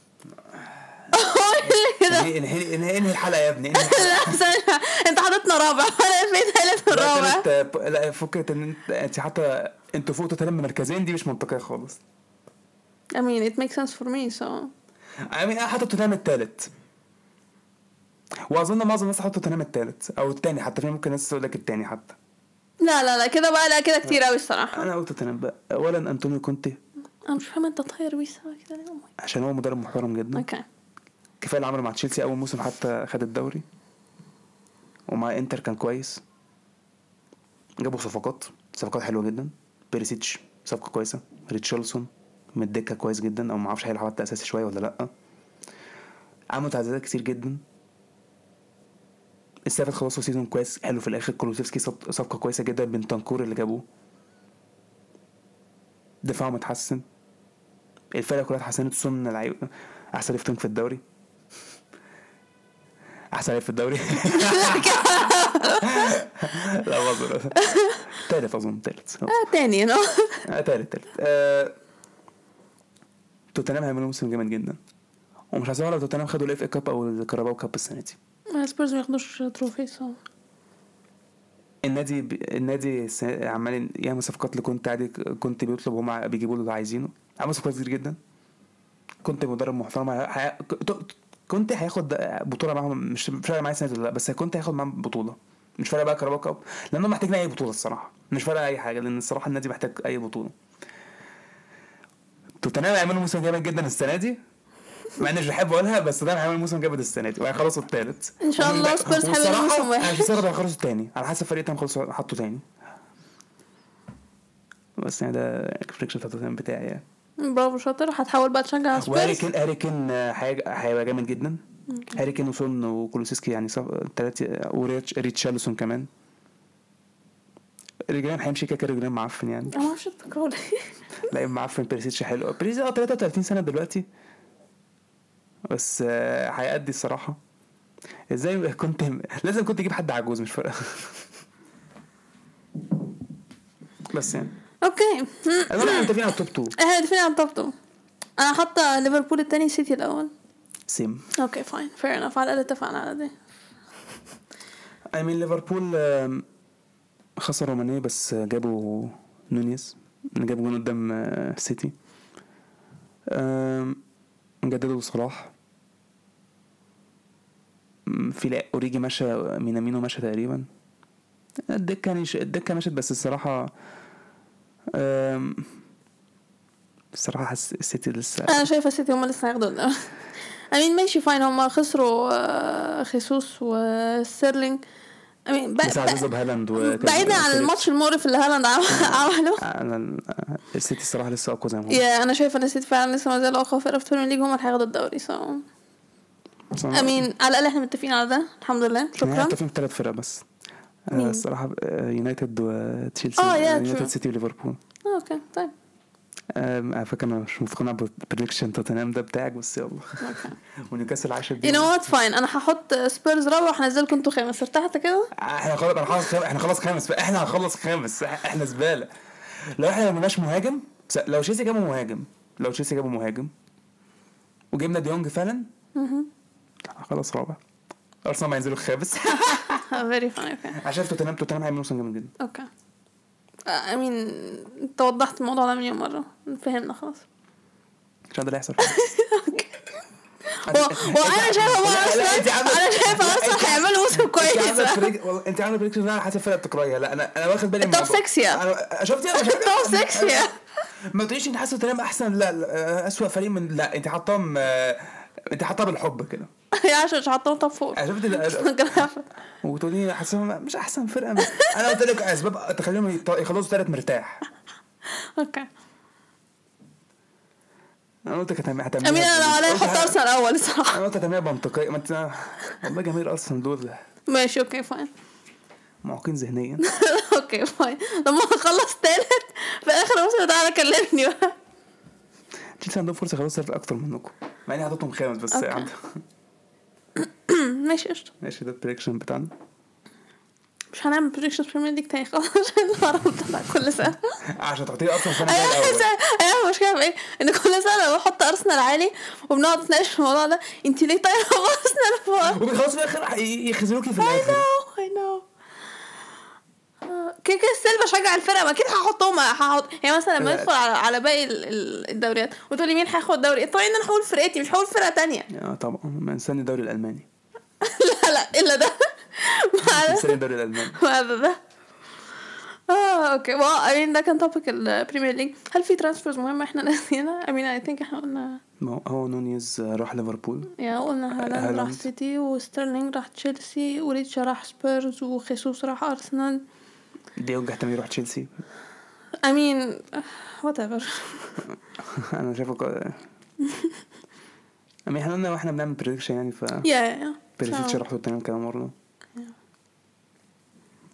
Speaker 2: انهي انهي انهي انهي الحلقه يا ابني انهي الحلقة.
Speaker 1: لا ثانية. انت حطيتنا رابع انا بقيت تالت
Speaker 2: لا،
Speaker 1: الرابع
Speaker 2: تالت- آه، لا فكره ان انت انت حتى انتوا فوق توتنهام مركزين دي مش منطقيه خالص
Speaker 1: I mean it makes sense for me so
Speaker 2: I mean، انا حاطط توتنهام التالت واظن معظم الناس حاطط توتنهام التالت او التاني حتى في ممكن ناس تقول لك التاني حتى
Speaker 1: لا لا لا كده بقى لا كده كتير قوي الصراحه
Speaker 2: انا قلت توتنهام بقى اولا انطونيو كونتي
Speaker 1: انا مش فاهمه انت طاير بيه سوا كده ليه؟ Oh my-
Speaker 2: عشان هو مدرب محترم جدا
Speaker 1: اوكي
Speaker 2: كفايه اللي عمله مع تشيلسي اول موسم حتى خد الدوري ومع انتر كان كويس جابوا صفقات صفقات حلوه جدا بيريسيتش صفقه كويسه ريتشارلسون من الدكه كويس جدا او ما اعرفش هيلعب حتى اساسي شويه ولا لا عملوا تعديلات كتير جدا السافت خلصوا سيزون كويس حلو في الاخر كولوسيفسكي صف- صفقه كويسه جدا بين تنكور اللي جابوه دفاعهم اتحسن الفرقه كلها اتحسنت سمنا لعيبه احسن ليفتنج في الدوري احسن لعيب في الدوري لا بهزر تالت اظن تالت
Speaker 1: اه تاني نو
Speaker 2: آه، تالت تالت آه، توتنهام هيعملوا موسم جامد جدا ومش هستغرب لو توتنهام خدوا الاف اي كاب او الكاراباو كاب السنه دي
Speaker 1: سبيرز ما ياخدوش تروفي سو
Speaker 2: النادي ب... النادي الس- عمال يعمل صفقات لكونت عادي كنت بيطلب هم بيجيبوا له اللي عايزينه عمل صفقات كتير جدا كنت مدرب محترم هي... هي... كنت هياخد بطوله معاهم مش مش فارقه معايا السنه دي ولا لا بس كنت هياخد معاهم بطوله مش فارقه بقى كاراباو كاب لانه محتاجين اي بطوله الصراحه مش فارقه اي حاجه لان الصراحه النادي محتاج اي بطوله توتنهام هيعملوا موسم جامد جدا السنه دي مع اني مش بحب اقولها بس ده هيعمل موسم جامد السنه دي وهيخلصوا الثالث
Speaker 1: إن شاء الله سبيرز هيعملوا موسم وحش.
Speaker 2: انا مش مستغرب هيخلصوا الثاني على حسب فريق تاني خلصوا حطوا ثاني بس يعني ده البريكشن بتاع توتنهام بتاعي يعني
Speaker 1: برافو شاطر هتحاول بقى تشجع
Speaker 2: وهاري
Speaker 1: سبيرز
Speaker 2: كين هاري كين آه، هيج- هيبقى جامد جدا هاري كين وسون وكولوسيسكي يعني ثلاثة وريتشارلسون كمان رجلان هيمشي كده كده رجلان معفن يعني
Speaker 1: انا ما اعرفش بتكرهوا ليه
Speaker 2: لعيب معفن بيريسيتش حلو بيريسيتش اه 33 سنه دلوقتي بس آه، هيأدي الصراحه ازاي كنت لازم كنت اجيب حد عجوز مش فارقه بس يعني
Speaker 1: اوكي
Speaker 2: اظن احنا متفقين على التوب 2
Speaker 1: احنا متفقين على التوب تو انا حاطه ليفربول التاني سيتي الاول
Speaker 2: سيم
Speaker 1: اوكي فاين فير انف على الاقل اتفقنا على دي
Speaker 2: اي مين ليفربول آم، خسروا ماني بس جابوا نونيز جابوا جون قدام آه، سيتي آم، جددوا صلاح م، في لا اوريجي مشى مينامينو مشى تقريبا الدكه نش... الدكه مشت بس الصراحه آم، الصراحه حاسس السيتي لسه
Speaker 1: انا شايفه سيتي هم لسه هياخدوا الاول امين ماشي فاين هم خسروا آه، خيسوس وستيرلينج امين
Speaker 2: بس عزيزه بهالاند وكان-
Speaker 1: بعيدا عن الماتش المقرف اللي هالاند عم- عمله
Speaker 2: أنا- السيتي الصراحه آه، لسه اقوى زي ما هو
Speaker 1: يا انا شايفه ان السيتي فعلا لسه ما زال اقوى فرقه في التورنمنت ليج هم اللي هياخدوا الدوري سو
Speaker 2: بس أنا-
Speaker 1: امين على الاقل احنا متفقين على ده الحمد لله
Speaker 2: شكرا
Speaker 1: شكرا
Speaker 2: متفقين في ثلاث فرق بس آه،
Speaker 1: مين؟
Speaker 2: الصراحه آه، يونايتد وتشيلسي
Speaker 1: آه، يا
Speaker 2: يونايتد
Speaker 1: true.
Speaker 2: سيتي وليفربول
Speaker 1: اه اوكي طيب
Speaker 2: آم، على فكره انا مش مقتنع بالبريدكشن توتنهام ده بتاعك بس يلا
Speaker 1: اوكي
Speaker 2: ونيوكاسل 10
Speaker 1: يو نو وات فاين انا هحط سبيرز رابع وهنزلكم انتوا خامس ارتحت كده
Speaker 2: احنا آه، خلاص انا خلاص خامس احنا خلاص خامس احنا هنخلص خامس احنا زباله لو احنا ما جبناش مهاجم س- لو تشيلسي جابوا مهاجم لو تشيلسي جابوا مهاجم وجبنا ديونج فعلا
Speaker 1: Mm-hmm.
Speaker 2: خلاص رابع ارسنال هينزلوا الخامس
Speaker 1: فيري فاني اوكي
Speaker 2: عشان توتنهام توتنهام هيعملوا موسم جامد جدا
Speaker 1: اوكي اي مين انت وضحت الموضوع ده مليون مره فهمنا خلاص
Speaker 2: مش ده اللي هيحصل
Speaker 1: و- وانا شايفه بقى ارسنال انا شايفه ارسنال هيعملوا موسم كويس
Speaker 2: انت عامله بريك- والله انت عامله بريكشن على حسب الفرقه بتكرهها لا انا انا واخد بالي من
Speaker 1: التوب
Speaker 2: الموضوع.
Speaker 1: six يا.
Speaker 2: انا شفت انا مش عارف-
Speaker 1: توب 6 يا
Speaker 2: ما تقوليش انت حاسه توتنهام احسن لا, لا اسوء فريق من لا انت حطاهم انت حطاها بالحب كده
Speaker 1: يا عشان مش حاطه توب فور
Speaker 2: انا شفت ال- وتقولي حاسسهم مش احسن فرقه من- انا قلت لك اسباب تخليهم يط- يخلصوا ثالث مرتاح
Speaker 1: اوكي
Speaker 2: انا قلت كانت هتعمل
Speaker 1: امين انا لو عليا احط ارسنال اول الصراحه
Speaker 2: انا قلت هتعملها منطقيه ما انت والله جماهير ارسنال دول
Speaker 1: ماشي اوكي فاين
Speaker 2: معوقين ذهنيا
Speaker 1: اوكي فاين لما اخلص تالت في اخر الموسم ده انا كلمني بقى
Speaker 2: تشيلسي عندهم فرصه يخلصوا ثالث اكتر منكم مع اني حاططهم خامس بس
Speaker 1: أوكي.
Speaker 2: عندهم
Speaker 1: ماشي قشطه
Speaker 2: ماشي ده البريكشن بتاعنا
Speaker 1: مش هنعمل بريكشن بريمير ليج تاني خلاص عشان القرف بتاع كل سنه
Speaker 2: عشان تعطيه ارسنال السنه الجايه
Speaker 1: ايوه
Speaker 2: الاول
Speaker 1: ايوه المشكله في ايه؟ ان كل سنه بحط ارسنال عالي وبنقعد نتناقش في الموضوع ده انت ليه طايره ارسنال فوق؟
Speaker 2: وبيخلصوا في الاخر ي- يخزنوكي في
Speaker 1: I
Speaker 2: الاخر
Speaker 1: know I know كده كده ستيل بشجع الفرقه ما اكيد هحطهم هحط يعني مثلا لما
Speaker 2: لا.
Speaker 1: ندخل على, على باقي ال- ال- الدوريات وتقولي مين هياخد الدوري طبعا ان انا هقول فرقتي مش هقول فرقه تانية
Speaker 2: اه طبعا ما انساني الدوري الالماني
Speaker 1: لا لا الا ده مع
Speaker 2: انساني الدوري الالماني
Speaker 1: مع ده ده اه اوكي well, I mean ده كان توبيك البريمير ليج هل في ترانسفيرز مهمه احنا ناسينا I mean I think احنا قلنا
Speaker 2: ما هو- هو نونيز راح ليفربول
Speaker 1: يا قلنا هالاند راح
Speaker 2: هالاند.
Speaker 1: سيتي وستيرلينج راح تشيلسي وريتشا راح سبيرز وخيسوس راح ارسنال
Speaker 2: ديونج احتمال يروح تشيلسي
Speaker 1: I mean وات ايفر
Speaker 2: انا شايفه كده أما احنا قلنا واحنا بنعمل بريدكشن يعني ف
Speaker 1: يا يا
Speaker 2: بريدكشن راح توتنهام كمان مره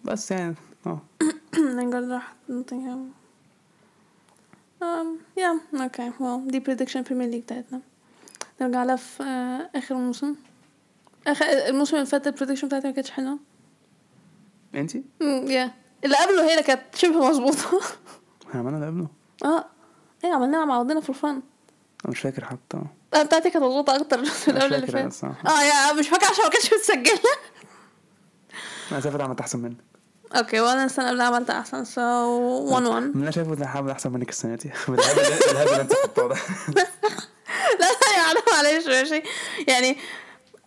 Speaker 2: بس يعني اه
Speaker 1: لينجارد راح نوتنغهام um, يا اوكي واو دي بريدكشن بريمير ليج بتاعتنا نرجع لها في آه، اخر الموسم اخر الموسم اللي فات البريدكشن بتاعتي ما كانتش حلوه
Speaker 2: انت
Speaker 1: أمم، يا اللي قبله هي اللي كانت شبه مظبوطه
Speaker 2: احنا عملنا ده قبله
Speaker 1: اه ايه عملناها مع بعضنا في الفن
Speaker 2: انا مش فاكر حتى
Speaker 1: بتاعتي كانت مظبوطه اكتر في
Speaker 2: مش
Speaker 1: القبل اللي
Speaker 2: فاكر انا
Speaker 1: فات
Speaker 2: الصراحه
Speaker 1: اه يا مش فاكره عشان ما كانتش متسجله
Speaker 2: انا سافرت عملت احسن منك
Speaker 1: اوكي وانا السنه اللي قبلها عملت احسن سو 1 1
Speaker 2: انا شايفه ان هعمل احسن منك السنه دي بالهبل بالهبل اللي انت حطاه ده
Speaker 1: لا لا يا عالم معلش ماشي يعني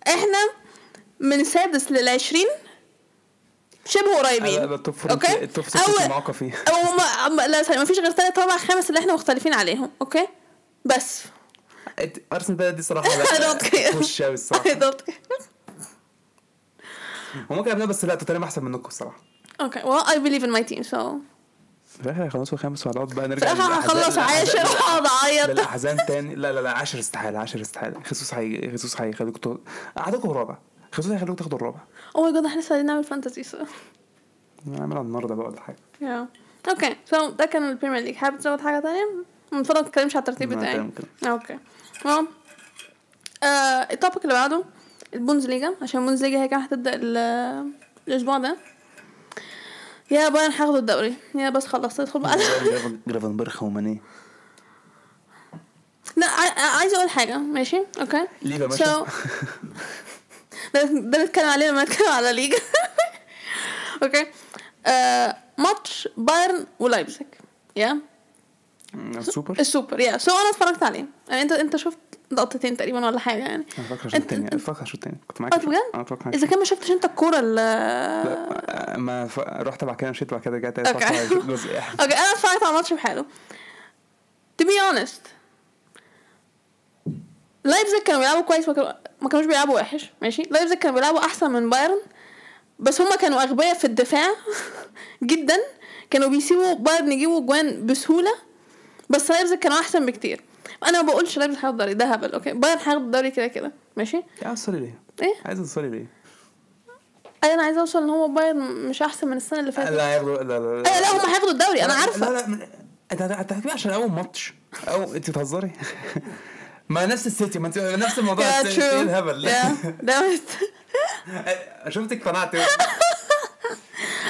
Speaker 1: احنا من سادس للعشرين شبه
Speaker 2: أنا
Speaker 1: قريبين
Speaker 2: بقى التوب فور
Speaker 1: اوكي
Speaker 2: التوب فور
Speaker 1: اول
Speaker 2: معاقه فيه
Speaker 1: او ما ما- لا ثانية، ما فيش غير تالت رابع خامس اللي احنا مختلفين عليهم اوكي بس
Speaker 2: إت- ارسنال بقى دي صراحه
Speaker 1: I don't care.
Speaker 2: مش قوي الصراحه
Speaker 1: I don't care.
Speaker 2: وممكن قبلها بس لا توتنهام احسن منكم الصراحه
Speaker 1: اوكي well I believe in my team so
Speaker 2: يعني في الاخر هيخلصوا خامس وهنقعد بقى
Speaker 1: في
Speaker 2: نرجع
Speaker 1: الاخر هخلص عاشر وهقعد اعيط
Speaker 2: للاحزان تاني لا لا لا 10 استحاله 10 استحاله خصوص هي خصوص هيخليك تو- هتاخدوا الرابع خصوص هيخليك تاخدوا الرابع
Speaker 1: او ماي جاد احنا لسه قاعدين نعمل فانتسي so
Speaker 2: نعملها النهارده بقى ولا حاجه
Speaker 1: yeah. اوكي سو ده كان البريمير ليج حابب تزود حاجه تانية من فضلك ما تتكلمش على الترتيب
Speaker 2: ما
Speaker 1: بتاعي
Speaker 2: كلام كده.
Speaker 1: اوكي تمام آه، التوبيك اللي بعده البونز ليجا عشان البونز ليجا هي كانت هتبدا ال- الاسبوع ده يا بايرن هاخدوا الدوري يا بس خلصت ادخل بقى
Speaker 2: جرافن- جرافنبرخ وماني
Speaker 1: لا ع- عايزه اقول حاجه ماشي اوكي
Speaker 2: ليه بقى ماشي؟
Speaker 1: So- ده ده نتكلم عليه لما نتكلم على ليجا اوكي آه، ماتش بايرن ولايبزيج يا
Speaker 2: السوبر
Speaker 1: السوبر يا سو انا اتفرجت عليه يعني انت انت شفت لقطتين تقريبا ولا حاجه يعني
Speaker 2: انا فاكر شوط
Speaker 1: أنت-
Speaker 2: تاني
Speaker 1: أنت-
Speaker 2: انا فاكر شوط تاني كنت معاك
Speaker 1: آه، بجد؟
Speaker 2: انا فاكر
Speaker 1: اذا كان ما شفتش انت الكوره ال
Speaker 2: لا، ما ف... رحت بعد كده مشيت بعد كده رجعت
Speaker 1: اوكي
Speaker 2: اتفرجت على جزء إيه؟ واحد.
Speaker 1: اوكي انا اتفرجت على الماتش بحاله to be honest لايبزيج كانوا بيلعبوا كويس ما كانوا- ما كانوش بيلعبوا وحش ماشي لايبزيج كانوا بيلعبوا احسن من بايرن بس هما كانوا اغبياء في الدفاع جدا كانوا بيسيبوا بايرن يجيبوا جوان بسهوله بس لايبزيج كانوا احسن بكتير انا ما بقولش لايبزيج هياخد الدوري ده هبل اوكي بايرن هياخد الدوري كده كده ماشي إيه؟
Speaker 2: يا عايز تصلي ليه؟
Speaker 1: ايه
Speaker 2: عايز تصلي ليه؟
Speaker 1: اي انا عايزه اوصل ان هو بايرن مش احسن من السنه اللي فاتت
Speaker 2: لا ياخدوا لا لا
Speaker 1: ايوه لا هم هياخدوا الدوري انا
Speaker 2: لا
Speaker 1: عارفه
Speaker 2: لا من- انت انت هتجيب عشان اول ماتش او انت بتهزري ما نفس السيتي ما انت نفس الموضوع
Speaker 1: Yeah,
Speaker 2: السيتي
Speaker 1: true.
Speaker 2: ايه الهبل
Speaker 1: Yeah, damn it.
Speaker 2: شفتك قنعت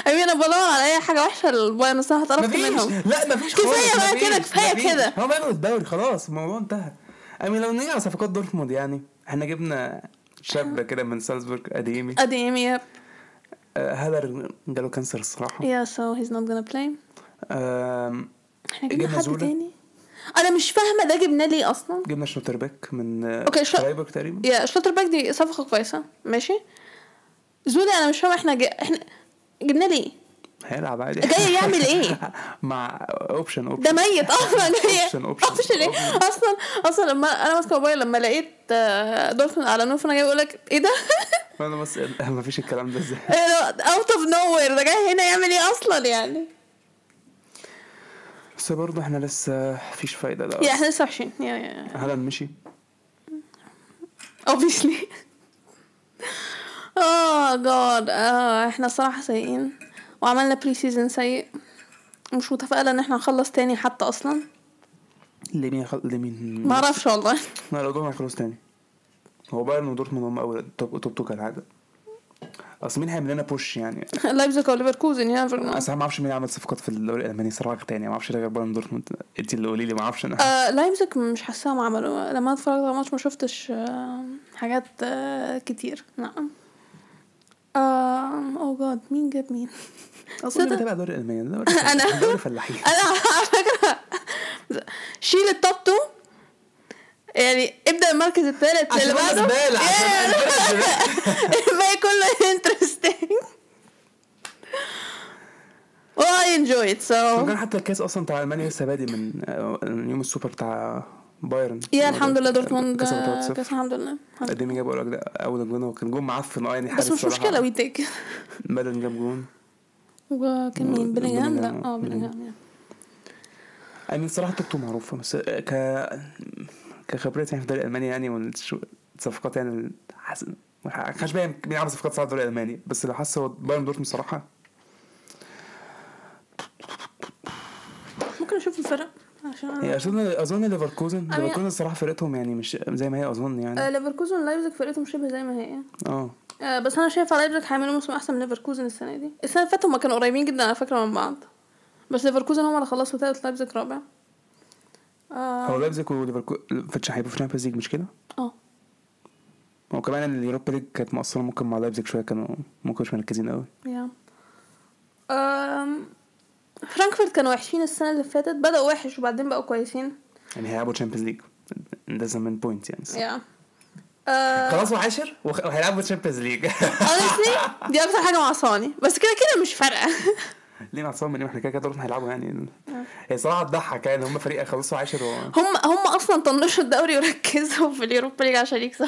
Speaker 1: أيوة، انا بدور على اي حاجه وحشه للبايرن الصراحه اتقرفت
Speaker 2: مفيش
Speaker 1: منهم
Speaker 2: لا مفيش
Speaker 1: كفاية
Speaker 2: خالص
Speaker 1: بقى كده،
Speaker 2: مفيش،
Speaker 1: كفاية
Speaker 2: مفيش.
Speaker 1: كده.
Speaker 2: هو بقى الدوري خلاص الموضوع انتهى امي لو نيجي على صفقات دورتموند يعني احنا جبنا شاب كده من سالزبورج اديمي
Speaker 1: اديم يب
Speaker 2: آه، هالر جاله كانسر الصراحه
Speaker 1: يا سو هيز نوت جونا بلاي
Speaker 2: آم،
Speaker 1: احنا
Speaker 2: جبنا
Speaker 1: جبنا حد
Speaker 2: زولا.
Speaker 1: تاني انا مش فاهمه ده جبنا ليه اصلا
Speaker 2: جبنا شلوترباك من آه،
Speaker 1: اوكي، شل-
Speaker 2: فرايبورغ تقريبا
Speaker 1: يا شلوتر باك دي صفقه كويسه ماشي زولا انا مش فاهمه احنا جي... احنا جبنا ليه
Speaker 2: هيلعب عادي
Speaker 1: جاي يعمل ايه؟
Speaker 2: مع اوبشن اوبشن
Speaker 1: ده ميت آه، اصلا جاي
Speaker 2: Option- option-
Speaker 1: اوبشن ايه
Speaker 2: option.
Speaker 1: اصلا اصلا لما انا ماسكه موبايل لما لقيت آه، دورتموند اعلنوه فانا جاي بقول لك ايه ده؟ إيه
Speaker 2: انا بس ما فيش الكلام ده ازاي
Speaker 1: اوت اوف نو وير ده جاي هنا يعمل ايه اصلا يعني؟
Speaker 2: بس برضه احنا لسه مفيش فايده ده
Speaker 1: يا احنا لسه وحشين يا يا
Speaker 2: هالاند مشي
Speaker 1: obviously اه جاد اه احنا الصراحه سيئين وعملنا بري سيزون سيء مش متفائله ان احنا نخلص تاني حتى اصلا
Speaker 2: لمين خل... لمين
Speaker 1: ما اعرفش والله
Speaker 2: لا الموضوع ما يخلص تاني هو بايرن ودورتموند هم اول توب توب تو كالعاده اصل مين هيعمل لنا بوش يعني
Speaker 1: لايبزيج او ليفركوزن يا
Speaker 2: انا
Speaker 1: فرق
Speaker 2: صراحه ما اعرفش مين عمل صفقات في الدوري الالماني صراحه تاني ما اعرفش غير بايرن دورتموند انت اللي قولي لي ما اعرفش انا
Speaker 1: آه لايبزيج مش حاساهم عملوا لما أنا اتفرجت على الماتش ما شفتش آه حاجات آه كتير نعم آه او جاد مين جاب مين
Speaker 2: اصلا
Speaker 1: صدق.
Speaker 2: أنا بتابع الدوري الالماني الدوري
Speaker 1: أنا.
Speaker 2: فلاحين. الدوري فلاحين
Speaker 1: انا على فكره شيل التوب 2 يعني ابدا المركز الثالث
Speaker 2: عشان
Speaker 1: اللي
Speaker 2: أنا
Speaker 1: بعده
Speaker 2: زبالة، عشان أنا زبالة.
Speaker 1: Yeah. الباقي كله انترستنج Well, I enjoy it so
Speaker 2: وكان حتى الكاس اصلا بتاع المانيا لسه بادئ من آه، من يوم السوبر بتاع بايرن
Speaker 1: يا الحمد لله دورتموند
Speaker 2: كسبت
Speaker 1: آه،
Speaker 2: 1-0.
Speaker 1: كاس الحمد لله الحمد لله.
Speaker 2: قديم جاب اول أجد- اول جون هو كان جون معفن اه يعني
Speaker 1: بس مش مشكله وي تيك
Speaker 2: مدن جاب جون
Speaker 1: وكان مين بلينغهام لا
Speaker 2: بلينغهام.
Speaker 1: اه بلينغهام yeah.
Speaker 2: يعني الصراحه توبته معروفه بس آه، ك كخبرتي يعني في الدوري الالماني يعني والصفقات يعني ال- حاسس ما كانش باين مين عمل يعني صفقات صعبه في الدوري الالماني بس اللي حاسه هو بايرن دورتموند صراحه
Speaker 1: ممكن اشوف الفرق عشان
Speaker 2: يعني
Speaker 1: انا
Speaker 2: اظن اظن ليفركوزن
Speaker 1: أنا-
Speaker 2: ليفركوزن الصراحه فرقتهم يعني مش زي ما هي اظن
Speaker 1: آه،
Speaker 2: يعني
Speaker 1: ليفركوزن لايبزيج فرقتهم شبه زي ما هي
Speaker 2: اه
Speaker 1: آه، بس انا شايفه لايبزيج هيعملوا موسم احسن من ليفركوزن السنه دي السنه اللي فاتت هما كانوا قريبين جدا على فكره من بعض بس ليفركوزن هما اللي خلصوا تالت لايبزيج رابع
Speaker 2: هو
Speaker 1: اه
Speaker 2: لايبزيج وليفركوزن هيبقوا في الشامبيونز ليج مش كده؟
Speaker 1: اه
Speaker 2: وكمان اليوروبا ليج كانت مقصره ممكن مع لايبزيج شويه كانوا ممكن مش مركزين قوي
Speaker 1: يا آم، فرانكفورت كانوا وحشين السنه اللي فاتت بدأوا وحش وبعدين بقوا كويسين
Speaker 2: يعني هيلعبوا تشامبيونز ليج ده زمان بوينت يعني
Speaker 1: يا آه،
Speaker 2: خلاص وعاشر وخ- وهيلعبوا تشامبيونز ليج
Speaker 1: honestly دي اكتر حاجه معصاني بس كده كده مش فارقه
Speaker 2: ليه معصبين من احنا كده كده دورتموند هيلعبوا يعني هي صراحه تضحك يعني هم فريق خلصوا عاشر و...
Speaker 1: هم هم اصلا طنشوا الدوري وركزوا في اليوروبا ليج عشان يكسبوا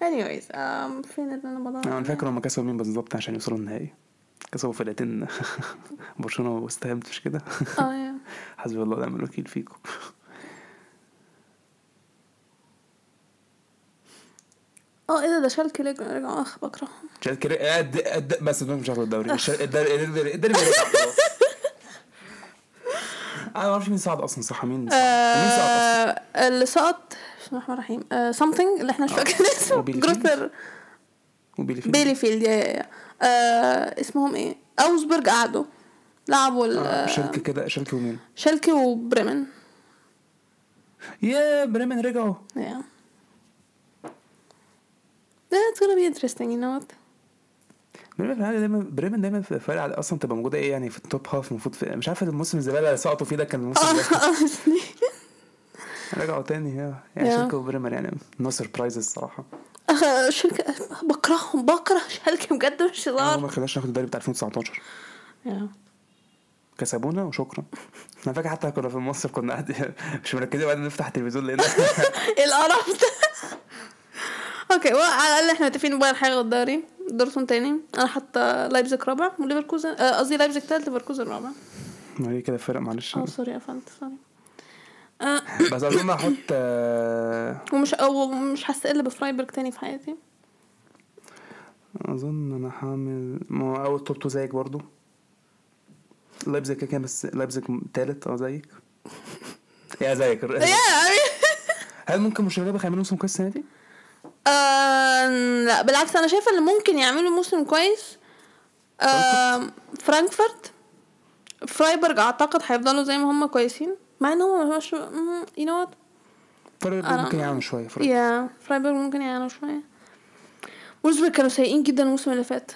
Speaker 1: anyways آم، فين اللي انا بدور
Speaker 2: انا
Speaker 1: عليه؟
Speaker 2: مش آه، فاكر هم كسبوا مين بالظبط عشان يوصلوا النهائي كسبوا فرقتين برشلونه ووست هام مش كده
Speaker 1: اه يا
Speaker 2: حسبي الله ونعم الوكيل فيكم
Speaker 1: اه ايه ده ده شالك ليج آه، رجعوا اخ بكرههم
Speaker 2: شالكة قد قد بس دول مش هياخدوا الدوري الش- الدوري الدوري الدوري بيرجع خلاص. انا ما اعرفش مين صعد اصلا صح مين صعد مين صعد اصلا
Speaker 1: آه، اللي سقط بسم الله الرحمن الرحيم آه، something اللي احنا مش فاكرين اسمه
Speaker 2: وبيليفيلد.
Speaker 1: جروثر
Speaker 2: وبيلي فيلد.
Speaker 1: بيليفيلد يا- يا- يا. آه، اسمهم ايه اوزبرج قعدوا لعبوا ال-
Speaker 2: آه،
Speaker 1: آه،
Speaker 2: شالكة كده شالكة ومين
Speaker 1: شالكي وبريمن
Speaker 2: يا بريمن رجعوا
Speaker 1: yeah that's gonna be interesting you know what
Speaker 2: بريمن يعني دايما بريمن دايما في فرق على اصلا تبقى موجوده ايه يعني في التوب هاف المفروض في- مش عارف الموسم الزباله اللي سقطوا فيه ده كان الموسم ده رجعوا تاني يا- يعني
Speaker 1: يا.
Speaker 2: شالكة وبريمن يعني نو سربرايز الصراحه
Speaker 1: آه، شالكي بكرههم بكره شالكي بجد مش
Speaker 2: هم
Speaker 1: هزار
Speaker 2: ما خلناش ناخد الدوري بتاع 2019
Speaker 1: Yeah.
Speaker 2: كسبونا وشكرا انا فاكر حتى كنا في مصر كنا قاعدين مش مركزين وبعدين نفتح التلفزيون لقينا
Speaker 1: ايه القرف ده اوكي well, على الاقل احنا متفقين بايرن هياخد الدوري دورتموند تاني انا حاطه لايبزيج رابع وليفركوزن آه، قصدي لايبزيج تالت ليفركوزن رابع
Speaker 2: ما هي كده فرق معلش
Speaker 1: اه سوري قفلت سوري آه،
Speaker 2: بس اظن هحط آه،
Speaker 1: ومش أو مش هستقل بفرايبرج تاني في حياتي
Speaker 2: اظن انا هعمل ما هو اول توب تو زيك برضو لايبزيج كده كده بس لايبزيج تالت اه زيك يا زيك هل ممكن مشربة هيعملوا موسم كويس السنه دي؟
Speaker 1: آه لا بالعكس انا شايفه ان ممكن يعملوا موسم كويس آه فرانكفورت فرايبرج اعتقد هيفضلوا زي ما هم كويسين مع ان هم مش يو نو وات
Speaker 2: فرق
Speaker 1: أنا-
Speaker 2: ممكن يعملوا شويه فرق
Speaker 1: يا فرايبرج ممكن يعانوا شويه وولزبرج كانوا سيئين جدا الموسم اللي فات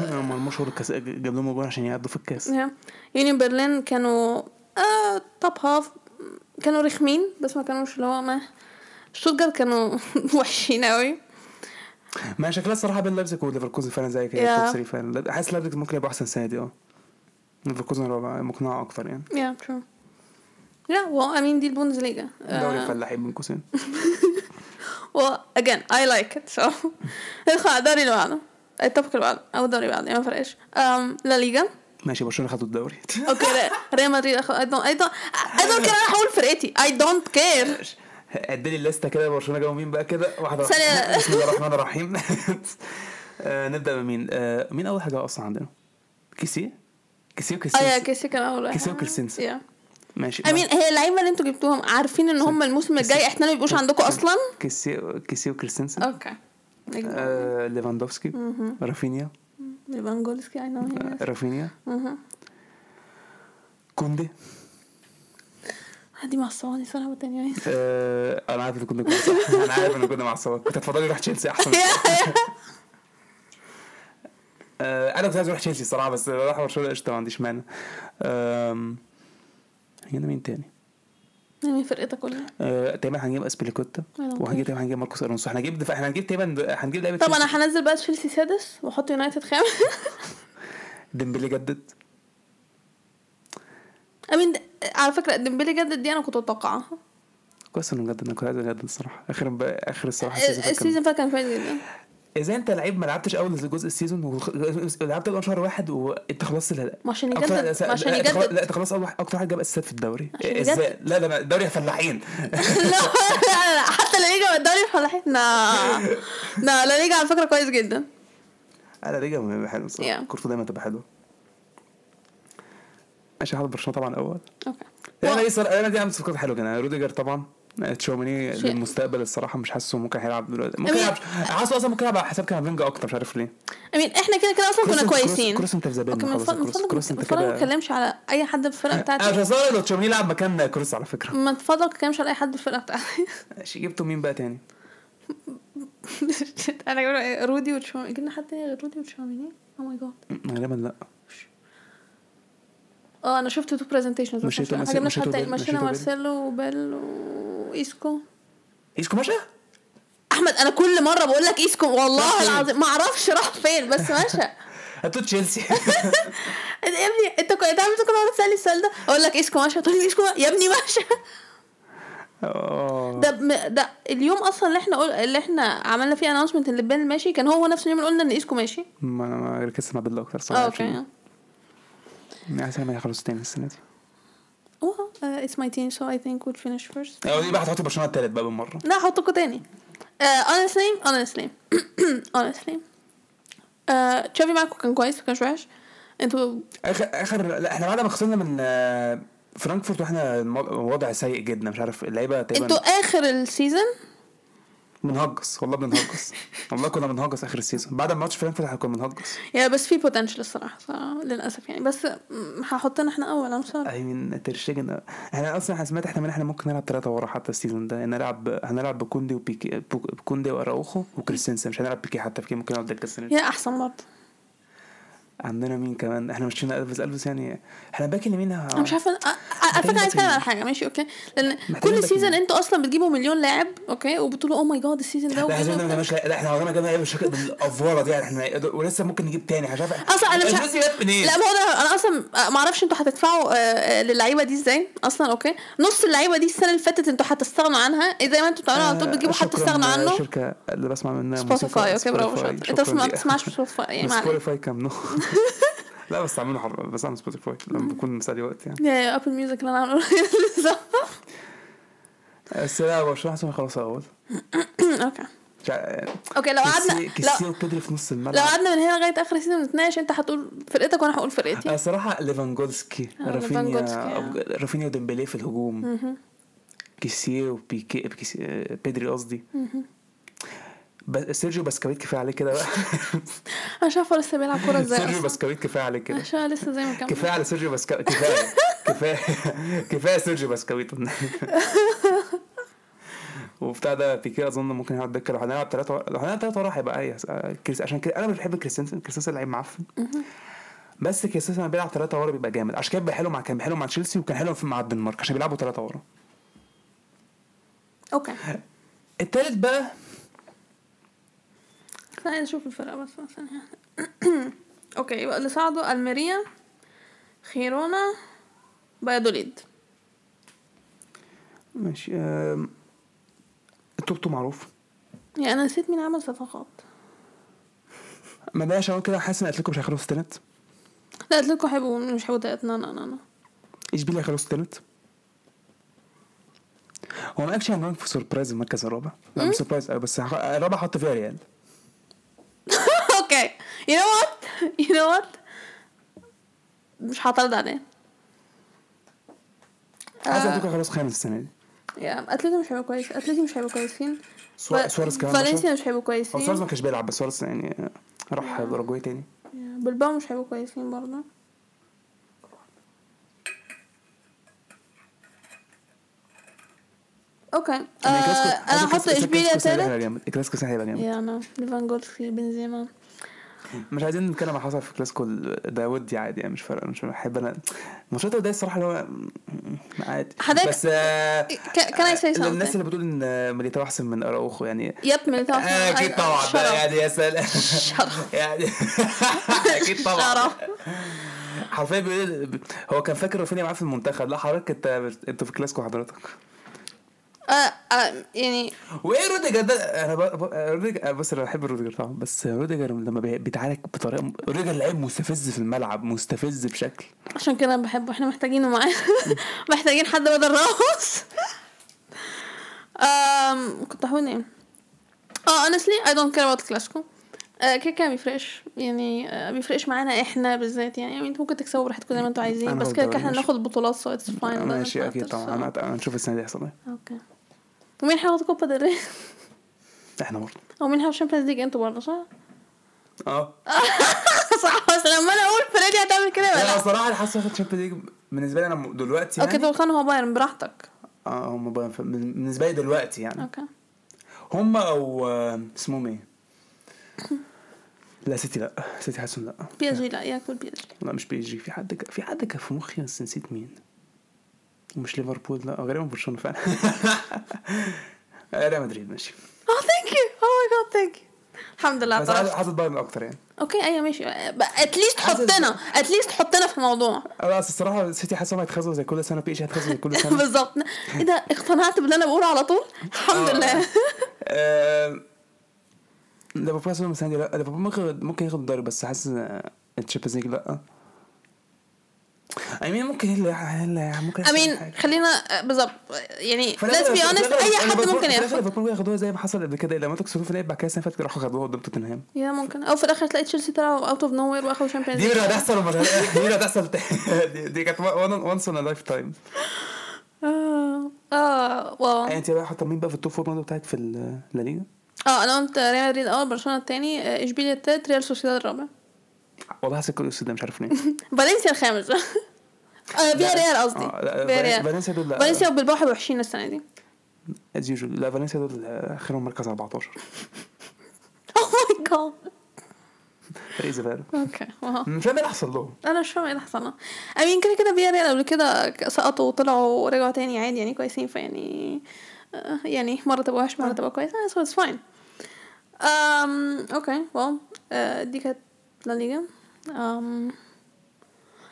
Speaker 2: أنا ما عملوش شغل الكاس جاب لهم جول عشان يعدوا في الكاس
Speaker 1: يا يونيون برلين كانوا آه توب هاف كانوا رخمين بس ما كانوش اللي هو ما شوتجر كانوا وحشين قوي
Speaker 2: ما شكلها الصراحه بين لايبزيج وليفركوزن فعلا زي كده
Speaker 1: Yeah.
Speaker 2: توب 3 فعلا حاسس لايبزيج ممكن يبقى احسن السنه دي اه ليفركوزن رابع مقنعه اكتر يعني
Speaker 1: يا ترو لا هو امين دي آه، البوندز ليجا
Speaker 2: دوري الفلاحين من قوسين
Speaker 1: و again I like it so ندخل على الدوري اللي بعده التوبيك اللي بعده او الدوري اللي بعده يعني ما فرقش أم، لا ليجا
Speaker 2: ماشي برشلونه خدوا الدوري
Speaker 1: اوكي لا، ريال مدريد أخ... I don't I don't I don't care انا هقول فرقتي I don't care
Speaker 2: قد لي الليسته كده برشلونه جابوا مين بقى كده واحده
Speaker 1: ثانية.
Speaker 2: واحده بسم الله الرحمن الرحيم آه، نبدا بمين آه، مين اول حاجه اصلا عندنا كيسي كيسي
Speaker 1: اه يا
Speaker 2: وكيسي
Speaker 1: كيسي كان اول واحد
Speaker 2: كيسي وكريستنسن.
Speaker 1: يا
Speaker 2: ماشي
Speaker 1: امين هي اللعيبه اللي انتوا جبتوهم عارفين ان هم الموسم الجاي احتمال ما يبقوش عندكم اصلا
Speaker 2: كيسي كيسي وكريستنسن
Speaker 1: اوكي
Speaker 2: آه، ليفاندوفسكي رافينيا
Speaker 1: ليفانجولسكي اي نو
Speaker 2: آه، رافينيا كوندي
Speaker 1: دي معصباني صراحه تاني
Speaker 2: آه، انا عارف ان كنت كنت صح انا عارف ان كنت معصبك كنت هتفضلي روح تشيلسي احسن آه، انا كنت عايز اروح تشيلسي الصراحه بس راح برشلونه قشطه ما عنديش مانع آم، هنا مين تاني؟
Speaker 1: مين فرقتك كلها
Speaker 2: آه، تقريبا هنجيب اسبليكوتا
Speaker 1: أنا
Speaker 2: وهنجيب تقريبا هنجيب ماركوس الونسو احنا هنجيب احنا هنجيب تقريبا هنجيب لعيبه
Speaker 1: طب
Speaker 2: تشيلسي.
Speaker 1: انا هنزل بقى تشيلسي سادس واحط يونايتد خامس
Speaker 2: ديمبلي جدد
Speaker 1: امين د- على فكره ديمبلي جدد دي انا كنت اتوقعها
Speaker 2: كويس انه جدد انا كنت عايز اجدد الصراحه اخر بقى اخر الصراحه السيزون ده كان-
Speaker 1: آه، السيزون فات كان فايز جدا
Speaker 2: اذا انت لعيب ما لعبتش اول جزء السيزون وخ- لعبت اول شهر واحد وانت خلصت لا
Speaker 1: ما عشان
Speaker 2: أكتر-
Speaker 1: يجدد- ما عشان
Speaker 2: لا، أنت خلاص-
Speaker 1: يجدد.
Speaker 2: لا انت خلاص اول واحد- اكتر واحد جاب اسيستات في الدوري
Speaker 1: عشان
Speaker 2: ازاي لا لا لا الدوري يا فلاحين
Speaker 1: لا لا، لا، حتى لا ليجا والدوري فلاحين لا لا لا ليجا على فكره كويس جدا
Speaker 2: انا رجع بيبقى حلو الصراحه
Speaker 1: Yeah.
Speaker 2: كورته دايما تبقى حلوه ماشي هاخد برشلونه طبعا اول
Speaker 1: اوكي
Speaker 2: انا دي صار... انا يعني دي عامل صفقات حلوه كده روديجر طبعا تشوميني
Speaker 1: شيء.
Speaker 2: للمستقبل الصراحه مش حاسه ممكن هيلعب دلوقتي ممكن
Speaker 1: أمين.
Speaker 2: يلعب حاسه اصلا ممكن يلعب على حساب كامافينجا اكتر مش عارف ليه
Speaker 1: امين احنا كده كده اصلا كنا
Speaker 2: كروس-
Speaker 1: كويسين
Speaker 2: كروس انت في زبالة
Speaker 1: اوكي من
Speaker 2: خلاص،
Speaker 1: فضل- من
Speaker 2: كروس- كروس
Speaker 1: فضلك
Speaker 2: انت
Speaker 1: من فضلك ما
Speaker 2: كده-
Speaker 1: تتكلمش على اي حد في الفرقه
Speaker 2: انا مش
Speaker 1: بتاعتي
Speaker 2: هصور لو تشوميني يلعب مكان كروس على فكره
Speaker 1: ما تفضل ما تتكلمش على اي حد في الفرقه بتاعتي
Speaker 2: ماشي جبتوا مين بقى تاني
Speaker 1: انا جايبه إيه؟ رودي وتشواميني جبنا حد تاني غير رودي وتشواميني Oh او ماي جاد
Speaker 2: غالبا لا
Speaker 1: اه انا شفت تو برزنتيشنز
Speaker 2: مشيتوا مارسيلو-
Speaker 1: جبنا حد
Speaker 2: مشيتوا
Speaker 1: تاني
Speaker 2: بيل-
Speaker 1: مشينا
Speaker 2: مشيتوا بيل.
Speaker 1: مارسيلو وبيل وايسكو
Speaker 2: ايسكو ماشي
Speaker 1: احمد انا كل مره بقول لك ايسكو والله العظيم ما اعرفش راح فين بس ماشي
Speaker 2: هاتوا تشيلسي
Speaker 1: يا ابني انت كنت انت عامل كل مره تسالني السؤال ده اقول لك ايسكو ماشي تقول لي ايسكو ماشي. يا ابني ماشي
Speaker 2: آه.
Speaker 1: ده م- ده اليوم اصلا اللي احنا قل... اللي احنا عملنا فيه اناونسمنت اللي بان ماشي كان هو نفس اليوم اللي قلنا ان ايسكو ماشي
Speaker 2: ما انا ما ركزت مع بيلا اكتر صراحه
Speaker 1: اه اوكي
Speaker 2: يعني حاسس إن هي خلصت تاني السنه دي
Speaker 1: اوه اتس ماي تيم سو اي ثينك ويل فينيش فيرست
Speaker 2: اه دي بقى هتحط برشلونه التالت بقى بالمره
Speaker 1: لا احطكوا تاني آه، اونستلي اونستلي اونستلي تشافي معاكم آه، كان كويس وكانش وحش انتوا
Speaker 2: اخر اخر لا احنا بعد ما خسرنا من آه، فرانكفورت واحنا الم- وضع سيء جدا مش عارف اللعيبه تقريبا
Speaker 1: انتوا اخر السيزون
Speaker 2: بنهجص والله بنهجص والله كنا بنهجص اخر السيزون بعد ما ماتش فرانكفورت احنا كنا بنهجص
Speaker 1: يا يعني بس في بوتنشال الصراحه صراحة، للاسف يعني بس م، هحطنا احنا اول انا سوري
Speaker 2: اي من ترشجن احنا اصلا احنا سمعت احنا من احنا ممكن نلعب ثلاثه ورا حتى السيزون ده يعني هنلعب هنلعب بكوندي وبيكي بو- بكوندي واراوخو وكريستنسن مش هنلعب بيكي حتى بيكي ممكن يقعد دكه السنه دي.
Speaker 1: يا احسن برضه
Speaker 2: عندنا مين كمان احنا مشينا الفيس الفيس يعني احنا باك اليمين
Speaker 1: انا مش عارفه أ- أ- على فكره عايز اتكلم على حاجه ماشي اوكي لان كل
Speaker 2: باك
Speaker 1: سيزون
Speaker 2: يمين.
Speaker 1: انتوا اصلا بتجيبوا مليون لاعب اوكي وبتقولوا اوه ماي جاد السيزون ده
Speaker 2: لا احنا
Speaker 1: ومليون
Speaker 2: جبنا
Speaker 1: لاعب.
Speaker 2: مش لا احنا عمرنا جبنا ايه بالشكل بالافوره دي يعني احنا ولسه ممكن نجيب تاني احنا مش عارف
Speaker 1: اصلا انا مش
Speaker 2: الفلوس دي جت منين؟
Speaker 1: لا ما هو انا انا اصلا ما اعرفش انتوا هتدفعوا آه، آه، للعيبه دي ازاي اصلا اوكي نص اللعيبه دي السنه اللي فاتت انتوا هتستغنوا عنها إيه، زي ما انتوا بتعملوا على طول بتجيبوا حد
Speaker 2: آه، شكراً
Speaker 1: تستغنوا عنه
Speaker 2: الشركه اللي بسمع منها
Speaker 1: سبوتيفاي اوكي برافو شاطر انت اصلا ما بتسمعش سبوتيفاي يعني
Speaker 2: يعني
Speaker 1: معلش
Speaker 2: سبوتيفاي كام نو لا بس عاملينه حر بس عامل سبوتيفاي لما بكون مسالي وقت يعني
Speaker 1: يا- يا ابل ميوزك اللي انا عامله
Speaker 2: بس لا برشلونه احسن خلاص اول
Speaker 1: اوكي
Speaker 2: مش عارف-
Speaker 1: اوكي لو قعدنا
Speaker 2: كيسيه- كيسيه
Speaker 1: لو
Speaker 2: وبيدري في نص
Speaker 1: لو
Speaker 2: الملعب
Speaker 1: قعدنا من هنا لغايه اخر السيزون نتناقش انت هتقول فرقتك وانا هقول فرقتي
Speaker 2: انا صراحه ليفانجولسكي
Speaker 1: آه،
Speaker 2: آه، رافينيا
Speaker 1: ليفاندوفسكي، آه.
Speaker 2: أب- رافينيا وديمبلي في الهجوم كيسيه وبيكي بكيسي- آه، بيدري قصدي ب- سيرجيو باسكويت كفايه عليه كده بقى
Speaker 1: انا مش عارفه هو لسه بيلعب كوره ازاي
Speaker 2: سيرجيو
Speaker 1: اصلا
Speaker 2: باسكويت كفايه عليه كده
Speaker 1: عشان أنا لسه زي ما كان
Speaker 2: كفايه على سيرجيو باسكويت كفايه كفايه كفايه سيرجيو باسكويت وبتاع ده بيكي اظن ممكن يقعد دكه لو هنلعب ثلاثه لو هنلعب ثلاثه ورا هيبقى ايه كريس عشان كده انا مش بحب كريستنسن كريستنسن لعيب معفن بس كريستنسن لما بيلعب ثلاثه ورا بيبقى جامد عشان كده بيبقى حلو مع كان حلو مع تشيلسي وكان حلو مع الدنمارك عشان بيلعبوا ثلاثه ورا
Speaker 1: اوكي
Speaker 2: التالت بقى
Speaker 1: خلينا نشوف الفرقه بس مثلا اوكي يبقى اللي صعدوا الميريا خيرونا بايدوليد
Speaker 2: ماشي آم، التوتو معروف
Speaker 1: يعني انا نسيت مين عمل صفقات
Speaker 2: ما ده عشان كده حاسس ان اتلتيكو مش هيخلصوا ستينت
Speaker 1: لا قلت لكم حبوا مش حبوا تلاتنا لا لا لا
Speaker 2: اشبيليا خلصت تالت هو ما قالش يعني في سربرايز المركز الرابع لا مش سربرايز أوي، بس هخ- الرابع حط فيها ريال
Speaker 1: اوكي يو نو وات يو نو وات مش هعترض عليه آه،
Speaker 2: عايز اتلتيكو خلاص خامس السنه دي
Speaker 1: يا اتلتيكو مش هيبقوا كويس اتلتيكو مش هيبقوا كويسين
Speaker 2: سوا-
Speaker 1: ف-
Speaker 2: سواريز كمان مشى.
Speaker 1: فالنسيا مش هيبقوا
Speaker 2: هو سواريز
Speaker 1: كويسين
Speaker 2: ما كانش بيلعب بس سواريز يعني راح اوروجواي تاني
Speaker 1: يا، بلباو مش هيبقوا كويسين برضه اوكي آه
Speaker 2: يعني
Speaker 1: انا
Speaker 2: الكلاسيكو- عايز
Speaker 1: هحط
Speaker 2: الكلاسيكو-
Speaker 1: اشبيليا
Speaker 2: الكلاسيكو السنة دي
Speaker 1: تالت
Speaker 2: هيبقى جامد الكلاسيكو السنه دي هيبقى جامد
Speaker 1: يا انا ليفاندوفسكي بنزيما
Speaker 2: مش عايزين نتكلم عن اللي حصل في الكلاسيكو ال- ده ودي عادي يعني مش فارقه مش بحب انا ماتشات الوديه الصراحه اللي هو عادي
Speaker 1: حضرتك-
Speaker 2: بس آه،
Speaker 1: كان اي سي
Speaker 2: الناس
Speaker 1: سمثينج
Speaker 2: اللي بتقول ان ميليتاو احسن من اراوخو يعني
Speaker 1: يب من آه، التوقع.
Speaker 2: اكيد
Speaker 1: أنا-
Speaker 2: طبعا
Speaker 1: شرف.
Speaker 2: ده يعني يا سلام يعني اكيد طبعا
Speaker 1: شرف.
Speaker 2: حرفيا بيقول هو كان فاكر رافينيا معاه في المنتخب لا حضرتك انت انت في الكلاسيكو حضرتك
Speaker 1: آه، آه، يعني
Speaker 2: وايه روديجر ده انا ب- ب- روديجر آه، بس انا بحب روديجر طبعا بس روديجر لما بي- بيتعارك بطريقه م- روديجر لعيب مستفز في الملعب مستفز بشكل
Speaker 1: عشان كده انا بحبه احنا محتاجينه معانا محتاجين حد بدل راوس أم، كنت هقول ايه اه honestly I don't care about الكلاسيكو آه، كده كده مبيفرقش يعني آه، بيفرقش معانا احنا بالذات يعني يعني انتوا ممكن تكسبوا براحتكم زي ما انتوا عايزين
Speaker 2: أنا
Speaker 1: بس
Speaker 2: هاخد
Speaker 1: كده
Speaker 2: دوري،
Speaker 1: كده احنا
Speaker 2: ماشي.
Speaker 1: هناخد بطولات سو اتس فاين
Speaker 2: ماشي اكيد طبعا انا أنا هنشوف السنه دي هيحصل ايه
Speaker 1: اوكي ومين هياخد كوبا ديل ري؟
Speaker 2: احنا برضه
Speaker 1: او مين هياخد الشامبيونز ليج انتوا برضه صح؟
Speaker 2: اه
Speaker 1: صح بس لما انا اقول فريدي هتعمل كده ولا
Speaker 2: انا
Speaker 1: لأ؟
Speaker 2: الصراحه اللي حاسس في الشامبيونز ليج بالنسبه لي انا م- دلوقتي
Speaker 1: اوكي
Speaker 2: يعني
Speaker 1: توقعنا هو بايرن براحتك
Speaker 2: اه هم بقى- بالنسبه لي دلوقتي يعني
Speaker 1: اوكي
Speaker 2: هم او آه، اسمهم ايه؟ لا سيتي لا سيتي حاسس إن لا
Speaker 1: بي اس جي لا ياكل بي اس جي
Speaker 2: لا مش بي إس جي في حد ك... في حد كان في مخي بس نسيت مين ومش ليفربول لا غالبا برشلونه فعلا آه، ريال مدريد ماشي
Speaker 1: اه ثانك يو او ماي جاد ثانك يو الحمد لله
Speaker 2: بس حاسس
Speaker 1: اعترفت
Speaker 2: حاسس بايرن اكتر يعني
Speaker 1: اوكي ايوه ماشي اتليست
Speaker 2: حاسس-
Speaker 1: حطنا اتليست حطنا في الموضوع
Speaker 2: انا أصل الصراحه سيتي حاسس إنهم هيتخزوا زي كل سنه بي إس جي هيتخزوا زي كل سنه
Speaker 1: بالظبط ايه ده اقتنعت باللي انا بقوله على طول الحمد
Speaker 2: آه.
Speaker 1: لله
Speaker 2: آه، ليفربول حاسس إنهم السنه دي لا ليفربول ممكن ياخد- ممكن ياخد الدوري بس حاسس إن التشامبيونز ليج لا اي مين ممكن هلا هلا ممكن يحصل
Speaker 1: امين
Speaker 2: حاجة.
Speaker 1: خلينا بالظبط يعني
Speaker 2: فلا-
Speaker 1: ليتس بي
Speaker 2: فلا-
Speaker 1: اونست
Speaker 2: فلا-
Speaker 1: اي
Speaker 2: أنا
Speaker 1: حد
Speaker 2: بقول-
Speaker 1: ممكن
Speaker 2: في الآخر
Speaker 1: ياخد
Speaker 2: ليفربول ياخدوها زي ما حصل قبل كده لما تكسبوا في النهائي بعد كده السنه اللي فاتت راحوا خدوها قدام توتنهام
Speaker 1: يا ممكن او في الاخر تلاقي تشيلسي طلعوا اوت اوف نو وير واخدوا شامبيونز
Speaker 2: دي اللي هتحصل ومش
Speaker 1: إيه؟
Speaker 2: هت- دي اللي هتحصل تاني. دي- دي كانت وانس ان لايف تايم
Speaker 1: اه اه واو
Speaker 2: انت بقى حاطه مين بقى في التوب فور برضه بتاعت في ال- لا ليجا
Speaker 1: اه انا قلت ريال مدريد الاول برشلونه الثاني اشبيليا الثالث ريال سوسيداد الرابع
Speaker 2: والله حاسس كل ده مش عارف ليه
Speaker 1: فالنسيا الخامس آه فيا ريال قصدي
Speaker 2: آه، لا،
Speaker 1: فيا ريال
Speaker 2: فالنسيا دول لا.
Speaker 1: فالنسيا وبالباو هيبقوا وحشين السنه دي
Speaker 2: از يوجوال لا فالنسيا دول اخرهم مركز 14
Speaker 1: اوه ماي جاد
Speaker 2: فريق زباله
Speaker 1: اوكي واو
Speaker 2: مش فاهم ايه اللي حصل لهم
Speaker 1: انا مش فاهمه ايه اللي حصل لنا امين كده كده فيا ريال قبل كده سقطوا وطلعوا ورجعوا تاني عادي يعني كويسين فيعني آه، يعني مره تبقى وحش مره تبقى كويس سو اتس فاين امم اوكي واو آه، دي كانت لا ليجا امم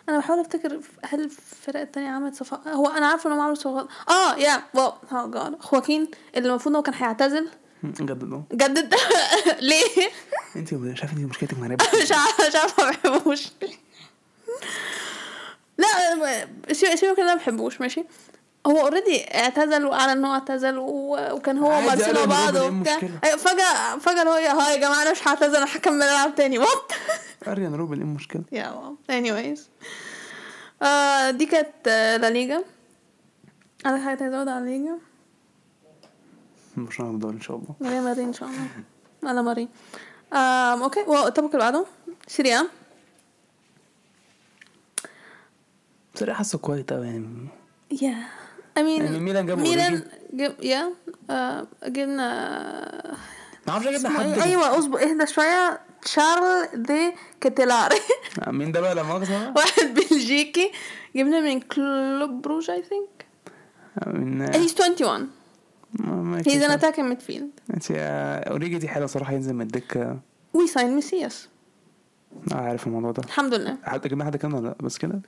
Speaker 1: انا بحاول افتكر هل الفرق التانية عملت صفقة هو انا عارفه انهم عملوا صفقات اه يا واو ها جاد خواكين اللي المفروض إن هو كان هيعتزل
Speaker 2: جد لهم
Speaker 1: جدد ليه
Speaker 2: انت مش عارف انت مشكلتك مع
Speaker 1: مش عارفه مش عارفه ما بحبوش لا سيبك سيبك إن انا ما بحبوش ماشي هو اوريدي اعتزل واعلن ان هو اعتزل و- وكان هو
Speaker 2: عادي،
Speaker 1: ومارسيلو
Speaker 2: قالوا إن هو
Speaker 1: بعض
Speaker 2: من
Speaker 1: وبتاع
Speaker 2: المشكلة.
Speaker 1: أيوة، فجأة فجأة اللي هو يا- ها يا جماعة انا مش هعتزل انا هكمل العب تاني وات
Speaker 2: اريان روبن ايه المشكله
Speaker 1: يا واو anyways آه دي كانت آه، لا ليجا عندك حاجة تانية تزود على ليجا
Speaker 2: مش هنعرف دول ان شاء الله
Speaker 1: ماري ماري ان شاء الله على ماري آم اوكي واو الطبق اللي بعده سيريا
Speaker 2: بصراحه حاسه كويس قوي يعني
Speaker 1: يا I mean
Speaker 2: يعني ميلان جابوا
Speaker 1: ميلان جاب يا آه، جبنا
Speaker 2: ما اعرفش اجيب
Speaker 1: اسمه
Speaker 2: حد
Speaker 1: ايه ايوه اصبر اهدى شويه تشارل دي كاتيلاري
Speaker 2: مين ده بقى لا مؤاخذه بقى؟
Speaker 1: واحد بلجيكي جبناه من كلوب بروج اي ثينك
Speaker 2: من
Speaker 1: هيز 21
Speaker 2: ما- ما
Speaker 1: هيز ان
Speaker 2: كده.
Speaker 1: اتاكينج ميدفيلد
Speaker 2: انت يا- اوريجي دي حلوه صراحه ينزل من الدكه
Speaker 1: وي ساين ميسياس
Speaker 2: انا عارف الموضوع ده
Speaker 1: الحمد لله
Speaker 2: حد جبنا حد كمان ولا لا بس كده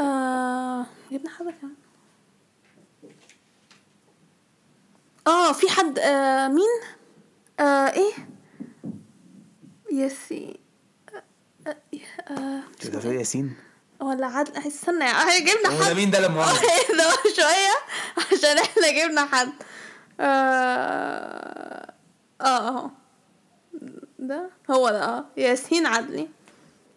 Speaker 1: آه جبنا حد كمان اه في حد آه مين آه ايه ياسي آه آه
Speaker 2: ده ده ياسين
Speaker 1: ولا عادل استنى احنا جبنا
Speaker 2: هو ده
Speaker 1: حد
Speaker 2: مين ده لما
Speaker 1: اه ده شوية عشان احنا جبنا حد اه اه اهو. ده هو ده اه ياسين عدلي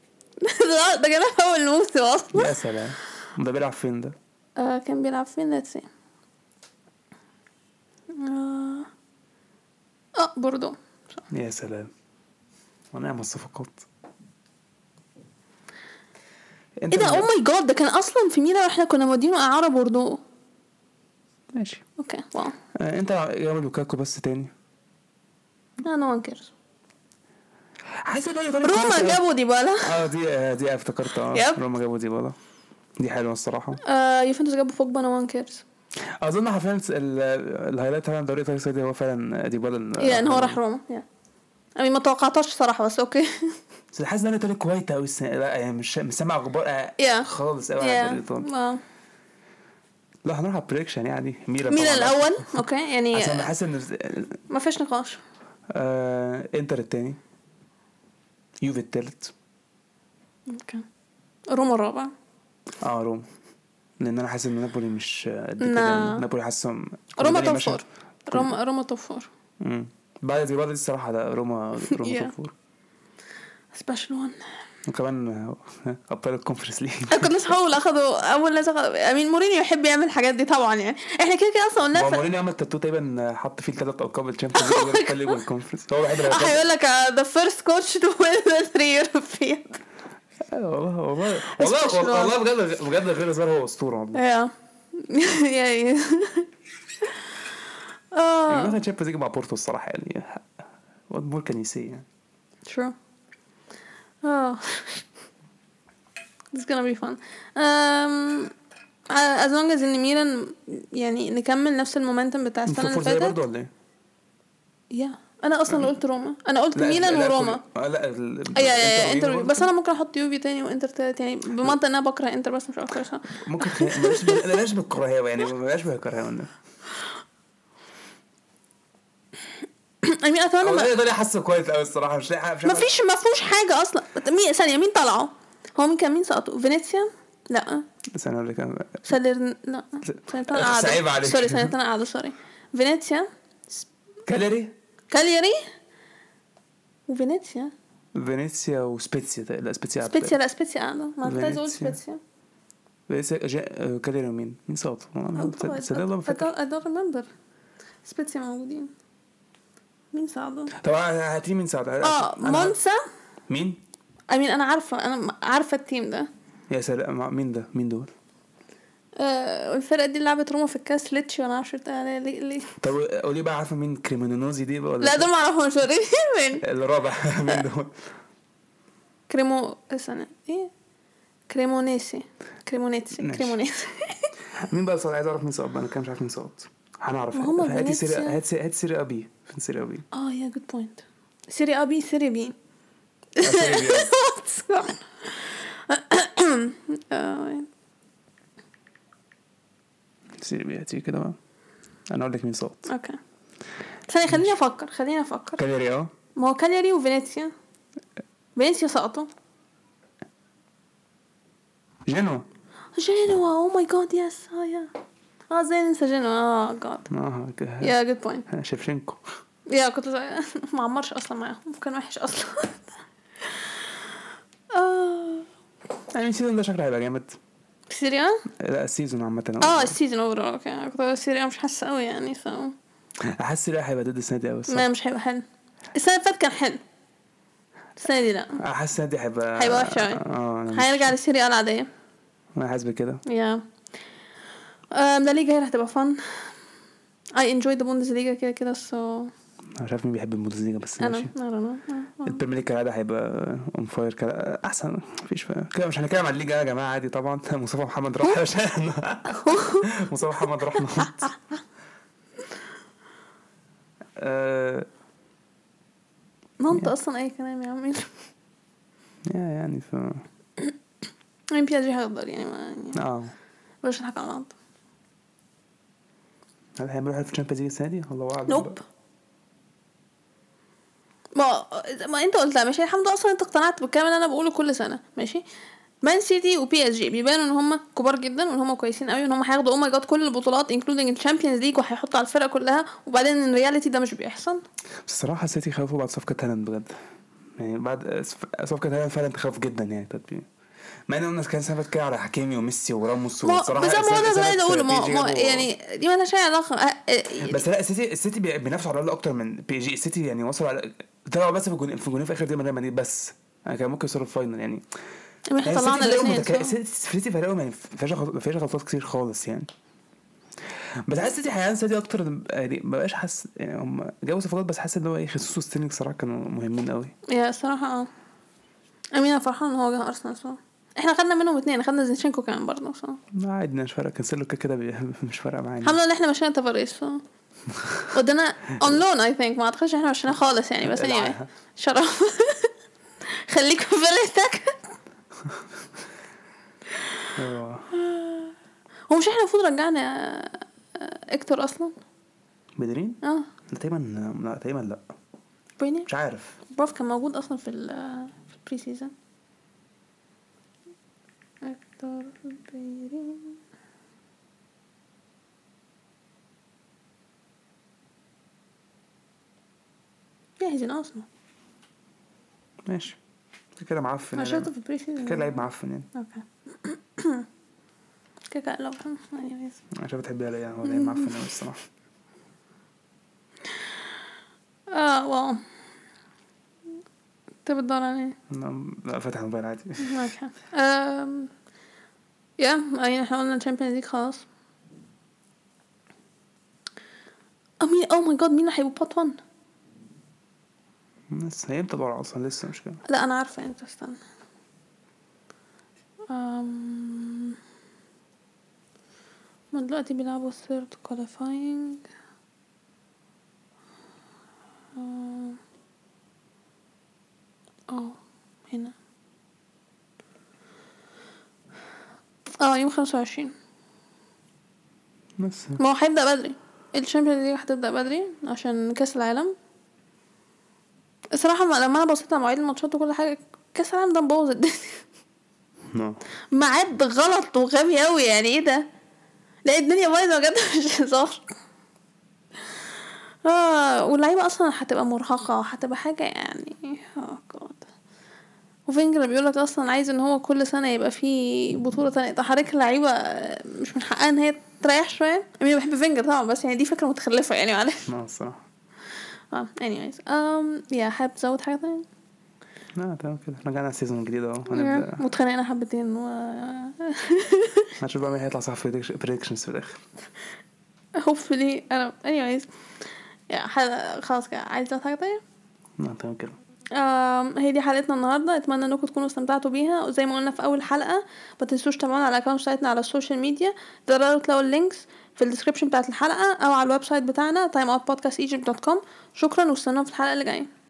Speaker 1: ده ده جاله في اول الموسم اصلا
Speaker 2: يا سلام ده بيلعب فين ده
Speaker 1: آه كان بيلعب فين لاتسي اه اه بوردو
Speaker 2: يا سلام ونعم الصفقات انت
Speaker 1: ايه ده
Speaker 2: من-
Speaker 1: او ماي جاد ده كان اصلا في ميلان واحنا كنا مودينه اعاره بوردو
Speaker 2: ماشي
Speaker 1: اوكي واو
Speaker 2: آه انت جاب لوكاكو بس تاني
Speaker 1: انا وان كيرز
Speaker 2: حاسس ان هي طريقة كويسة
Speaker 1: روما
Speaker 2: أوي.
Speaker 1: جابوا ديبالا
Speaker 2: اه دي آه دي افتكرت اه
Speaker 1: يب.
Speaker 2: روما جابوا ديبالا دي حلوه الصراحه
Speaker 1: آه يوفنتوس جابوا فوجبا انا وان كيرز
Speaker 2: اظن حرفيا ال- الهايلايت فعلا دوري ايطاليا السعوديه هو فعلا ديبالا
Speaker 1: يا ان هو
Speaker 2: يعني
Speaker 1: راح روما يا يعني ما توقعتهاش صراحه بس اوكي
Speaker 2: بس حاسس ان ايطاليا كويسه قوي السنه لا يعني مش مش سامع اخبار آه،
Speaker 1: يا.
Speaker 2: خالص قوي عن
Speaker 1: يا
Speaker 2: الدوري الايطالي
Speaker 1: آه.
Speaker 2: لا هنروح على بريكشن يعني ميلان
Speaker 1: مين
Speaker 2: طبعاً.
Speaker 1: الاول اوكي يعني
Speaker 2: عشان حاسس ان
Speaker 1: ما فيش نقاش
Speaker 2: آه انتر التاني يوفي التالت
Speaker 1: اوكي روما الرابع
Speaker 2: اه روما لان انا حاسس ان نابولي مش آه، قد كده
Speaker 1: نا.
Speaker 2: يعني. نابولي حاسسهم
Speaker 1: روما
Speaker 2: كوليبالي
Speaker 1: توب
Speaker 2: ماشي.
Speaker 1: فور روما روما توب فور
Speaker 2: مم. بعد دي بعد دي الصراحه لا روما
Speaker 1: Yeah.
Speaker 2: روما توب فور
Speaker 1: بس برشلونه
Speaker 2: وكمان آه، ابطال الكونفرنس ليج
Speaker 1: انا كنت لسه هقول اخدوا اول ناس اخدوا امين مورينيو يحب يعمل الحاجات دي طبعا يعني احنا كده كده اصلا قلنا
Speaker 2: هو
Speaker 1: في-
Speaker 2: مورينيو عمل تاتو تقريبا آه، حط فيه ثلاث القاب الشامبيونز ليج والابطال ليج والكونفرنس هو الوحيد اللي
Speaker 1: آه،
Speaker 2: هياخدها.
Speaker 1: هيقول لك ذا فيرست كوتش تو وين ذا ثري يوروبيان
Speaker 2: آه، والله والله
Speaker 1: بس
Speaker 2: والله
Speaker 1: برشلونة.
Speaker 2: والله بجد بجد غير هزار هو اسطوره والله
Speaker 1: يا يا يا اه
Speaker 2: يعني مثلا تشامبيونز ليج مع بورتو الصراحه يعني وات مور كان يسي يعني
Speaker 1: True. Oh, it's gonna be fun. Um, uh, as long as ان ميلان يعني نكمل نفس المومنتم بتاع
Speaker 2: انت
Speaker 1: السنه اللي
Speaker 2: فورزا برضه
Speaker 1: فاتت
Speaker 2: ولا ايه؟
Speaker 1: يا انا اصلا اللي قلت روما انا قلت
Speaker 2: أيوه. لا،
Speaker 1: ميلان
Speaker 2: لا،
Speaker 1: وروما
Speaker 2: كل- آه، لا ال-
Speaker 1: يا يا يا
Speaker 2: وميلان
Speaker 1: انتر
Speaker 2: برضه.
Speaker 1: أيوة، بس انا ممكن احط يوفي تاني وانتر تالت يعني بمنطق ان انا بكره انتر بس مش اكتر عشان
Speaker 2: ممكن تخ- بلاش بلاش بالكراهيه يعني بلاش بالكراهيه
Speaker 1: I mean اتمنى ما
Speaker 2: والله ايطاليا حاسه كويس قوي الصراحه مش لاقي- مش
Speaker 1: ما
Speaker 2: عارف-
Speaker 1: فيش ما فيهوش حاجه اصلا مين ثانيه مين طلعوا هو مين كان مين سقطوا فينيسيا لا
Speaker 2: بس انا اللي كان
Speaker 1: ساليرن لا ساليرن قعدوا
Speaker 2: صعيب عليك.
Speaker 1: سوري ساليرن قعدوا سوري فينيسيا
Speaker 2: كاليري
Speaker 1: كالياري وفينيسيا
Speaker 2: فينيسيا وسبيتسيا تق- لا سبيتسيا عدت.
Speaker 1: سبيتسيا لا سبيتسيا قاعدة ما كنت عايزة اقول
Speaker 2: فينيسيا.
Speaker 1: سبيتسيا
Speaker 2: فينيسيا جا- آه، كاليري ومين؟ مين صوت؟
Speaker 1: I
Speaker 2: صدق الله ما
Speaker 1: don't-
Speaker 2: فاكر
Speaker 1: I don't remember سبيتسيا موجودين مين صعدوا؟
Speaker 2: طب هاتي مين ساعد
Speaker 1: اه
Speaker 2: أنا-
Speaker 1: مونسا
Speaker 2: مين؟
Speaker 1: I mean انا عارفة انا عارفة التيم ده
Speaker 2: يا سلام مع- مين ده؟ مين دول؟
Speaker 1: آه، والفرقة دي لعبت روما في الكاس ليتشي وانا عارفة ليه ليه- ليه
Speaker 2: طب قولي بقى عارفه مين كريمينوزي دي بقى ولا
Speaker 1: لا دول معرفهمش وريني مين
Speaker 2: الرابع مين دول؟
Speaker 1: كريمو استنى ايه كريمونيسي كريمونيسي
Speaker 2: ماشي.
Speaker 1: كريمونيسي
Speaker 2: مين بقى صوت؟ عايز اعرف مين صوت بقى انا كده مش عارف مين صوت هنعرف
Speaker 1: ما هم
Speaker 2: هاتي
Speaker 1: فينيسيا.
Speaker 2: سيريا هات سيريا- هات سيريا بي فين سيريا بي؟
Speaker 1: اه يا جود بوينت سيري ا بي سيري بي
Speaker 2: آه، سيريا بي آه.
Speaker 1: آه،
Speaker 2: سيريا بي هاتيه كده بقى انا اقول لك مين صوت
Speaker 1: اوكي ثانية خليني افكر خليني افكر
Speaker 2: كاليري اه
Speaker 1: ما هو كالياري وفينيسيا فينيسيا سقطوا
Speaker 2: جنوا
Speaker 1: جنوا oh او ماي جاد يس اه يا اه ازاي ننسى جنوا اه جاد
Speaker 2: اه
Speaker 1: يا جود بوينت
Speaker 2: شفشنكو
Speaker 1: يا كنت زي- ما عمرش اصلا معاهم كان وحش اصلا اه
Speaker 2: يعني السيزون ده شكله هيبقى جامد
Speaker 1: سيريا
Speaker 2: لا السيزون عامة
Speaker 1: اه السيزون اوفر اوكي أنا كنت سيريا مش حاسه قوي يعني ف
Speaker 2: احس رايح هيبقى ضد السنة دي قوي
Speaker 1: ما مش هيبقى حلو السنه اللي فاتت كان حلو السنه دي لا
Speaker 2: احس السنة دي هيبقى
Speaker 1: هيبقى وحش أوي.
Speaker 2: اه أنا مش-
Speaker 1: هيرجع للسيريا العاديه
Speaker 2: انا حاسس بكده
Speaker 1: يا آه، لا ليجا هي اللي هتبقى فن I enjoy the Bundesliga كده كده so
Speaker 2: أنا مش عارف مين بيحب البوندسليجا بس
Speaker 1: انا I
Speaker 2: ماشي
Speaker 1: don't know
Speaker 2: البريمير ليج كالعادة هيبقى اون فاير كده احسن مفيش فاير كده مش هنتكلم عن الليجا يا جماعة عادي طبعا مصطفى محمد راح مش مصطفى محمد راح نط آه، يعني.
Speaker 1: منطق اصلا اي كلام يا عم
Speaker 2: يا يعني ف
Speaker 1: ام بي اس جي هيقدر يعني ما يعني
Speaker 2: اه
Speaker 1: مش نضحك على بعض
Speaker 2: هل هيعملوا حاجة في الشامبيونز ليج السنة دي؟ الله اعلم
Speaker 1: نوب ما ما انت قلتها ماشي الحمد لله اصلا انت اقتنعت بالكلام اللي انا بقوله كل سنه ماشي مان سيتي وبي اس جي بيبانوا ان هم كبار جدا وان هم كويسين قوي وان هم هياخدوا او ماي جاد كل البطولات انكلودنج الشامبيونز ليج وهيحطوا على الفرقه كلها وبعدين ان رياليتي ده مش بيحصل
Speaker 2: الصراحة السيتي خافوا بعد صفقة هالاند بجد يعني بعد صف- صفقة هالاند فعلا تخاف جدا يعني تطبيق مع ان الناس كانت سابت كده على حكيمي وميسي وراموس
Speaker 1: ما بس
Speaker 2: والصراحة
Speaker 1: ما
Speaker 2: السنة-
Speaker 1: انا
Speaker 2: السنة
Speaker 1: عايزه اقوله ما
Speaker 2: بي
Speaker 1: ما
Speaker 2: جابوا-
Speaker 1: يعني دي مالهاش اي علاقه أه، أه،
Speaker 2: بس لا السيتي السيتي بي- بينافسوا على الاقل اكتر من بي جي السيتي يعني وصلوا على طلعوا بس في الجون في الجون في اخر دقيقة من ريال مدريد بس يعني كان ممكن يوصلوا الفاينل يعني
Speaker 1: احنا
Speaker 2: يعني
Speaker 1: طلعنا
Speaker 2: السيتي فريق
Speaker 1: الاثنين
Speaker 2: متكا- السيتي السيتي فريقهم يعني ما فيهاش غلط- ما فيهاش غلطات كتير خالص يعني بس حاسس السيتي هيعاني السيتي اكتر يعني ما بقاش حاسس يعني هم جابوا صفقات بس حاسس ان هو ايه خصوص ستيرلينج صراحه كانوا مهمين قوي
Speaker 1: يا الصراحه اه امينه فرحان ان هو جه ارسنال صراحة. احنا خدنا منهم اتنين خدنا زينشينكو كمان برضه صراحة.
Speaker 2: ما عادي أنا مش فارقه كانسيلو كده كده بي- مش فارقه معايا
Speaker 1: الحمد لله ان احنا مشينا تفاريس ودنا اون لون اي ثينك ما اعتقدش احنا مشينا خالص يعني بس anyway
Speaker 2: العاهة.
Speaker 1: شرف خليك في فرقتك
Speaker 2: أيوة.
Speaker 1: هو مش احنا المفروض رجعنا آه، اكتور اصلا
Speaker 2: بدرين
Speaker 1: اه
Speaker 2: لا تقريبا لا تقريبا لا
Speaker 1: بريني
Speaker 2: مش عارف
Speaker 1: بروف كان موجود اصلا في ال في البري سيزون اكتور بيرين جاهز اصلا
Speaker 2: ماشي كده كده معفن
Speaker 1: انا
Speaker 2: يعني.
Speaker 1: شفته في البري سيزون
Speaker 2: كده لعيب معفن يعني
Speaker 1: اوكي كاكا لو anyways.
Speaker 2: انا شايف بتحبيها ليه يعني هو لعيب معفن قوي الصراحه
Speaker 1: اه واو انت بتدور على ايه؟
Speaker 2: أنا- لا فاتح الموبايل عادي
Speaker 1: اوكي آم، يا يعني احنا قلنا الشامبيونز ليج خلاص اه مين او ماي جاد مين اللي هيبقى بوت 1
Speaker 2: بس هي امتى طالعه اصلا لسه مش كده
Speaker 1: لا انا عارفه انت استنى أم... هما دلوقتي بيلعبوا الثيرد كواليفاينج اه هنا اه يوم خمسة وعشرين
Speaker 2: بس
Speaker 1: ما هو هيبدأ بدري الشامبيونز ليج هتبدأ بدري عشان كأس العالم الصراحة ما- لما أنا بصيت على مواعيد الماتشات وكل حاجة كأس العالم ده مبوظ الدنيا
Speaker 2: نعم
Speaker 1: ميعاد غلط وغبي أوي يعني ايه ده لا الدنيا بايظة بجد مش هزار اه واللعيبة أصلا هتبقى مرهقة هتبقى حاجة يعني اه جاد وفينجر بيقولك أصلا عايز إن هو كل سنة يبقى فيه بطولة تانية تحرك اللعيبة مش من حقها إن هي تريح شوية أنا بحب فينجر طبعا بس يعني دي فكرة متخلفة يعني معلش
Speaker 2: نعم الصراحه
Speaker 1: اه anyways um يا حابب تزود حاجة تانية؟
Speaker 2: لا تمام كده رجعنا على السيزون الجديد اهو هنبدا
Speaker 1: متخانقين حبتين و
Speaker 2: هنشوف بقى مين هيطلع صح في بريدكشنز في الاخر
Speaker 1: hopefully انا anyways يا حلقة خلاص كده عايز تزود حاجة تانية
Speaker 2: لا تمام كده
Speaker 1: آم، هي دي حلقتنا النهاردة اتمنى انكم تكونوا استمتعتوا بيها وزي ما قلنا في اول حلقة ما تنسوش تابعونا على الاكونت بتاعتنا على السوشيال ميديا تقدروا تلاقوا اللينكس في الديسكريبشن بتاعت الحلقة او على الويب سايت بتاعنا timeoutpodcastegypt.com شكرا واستنونا في الحلقة اللي جاية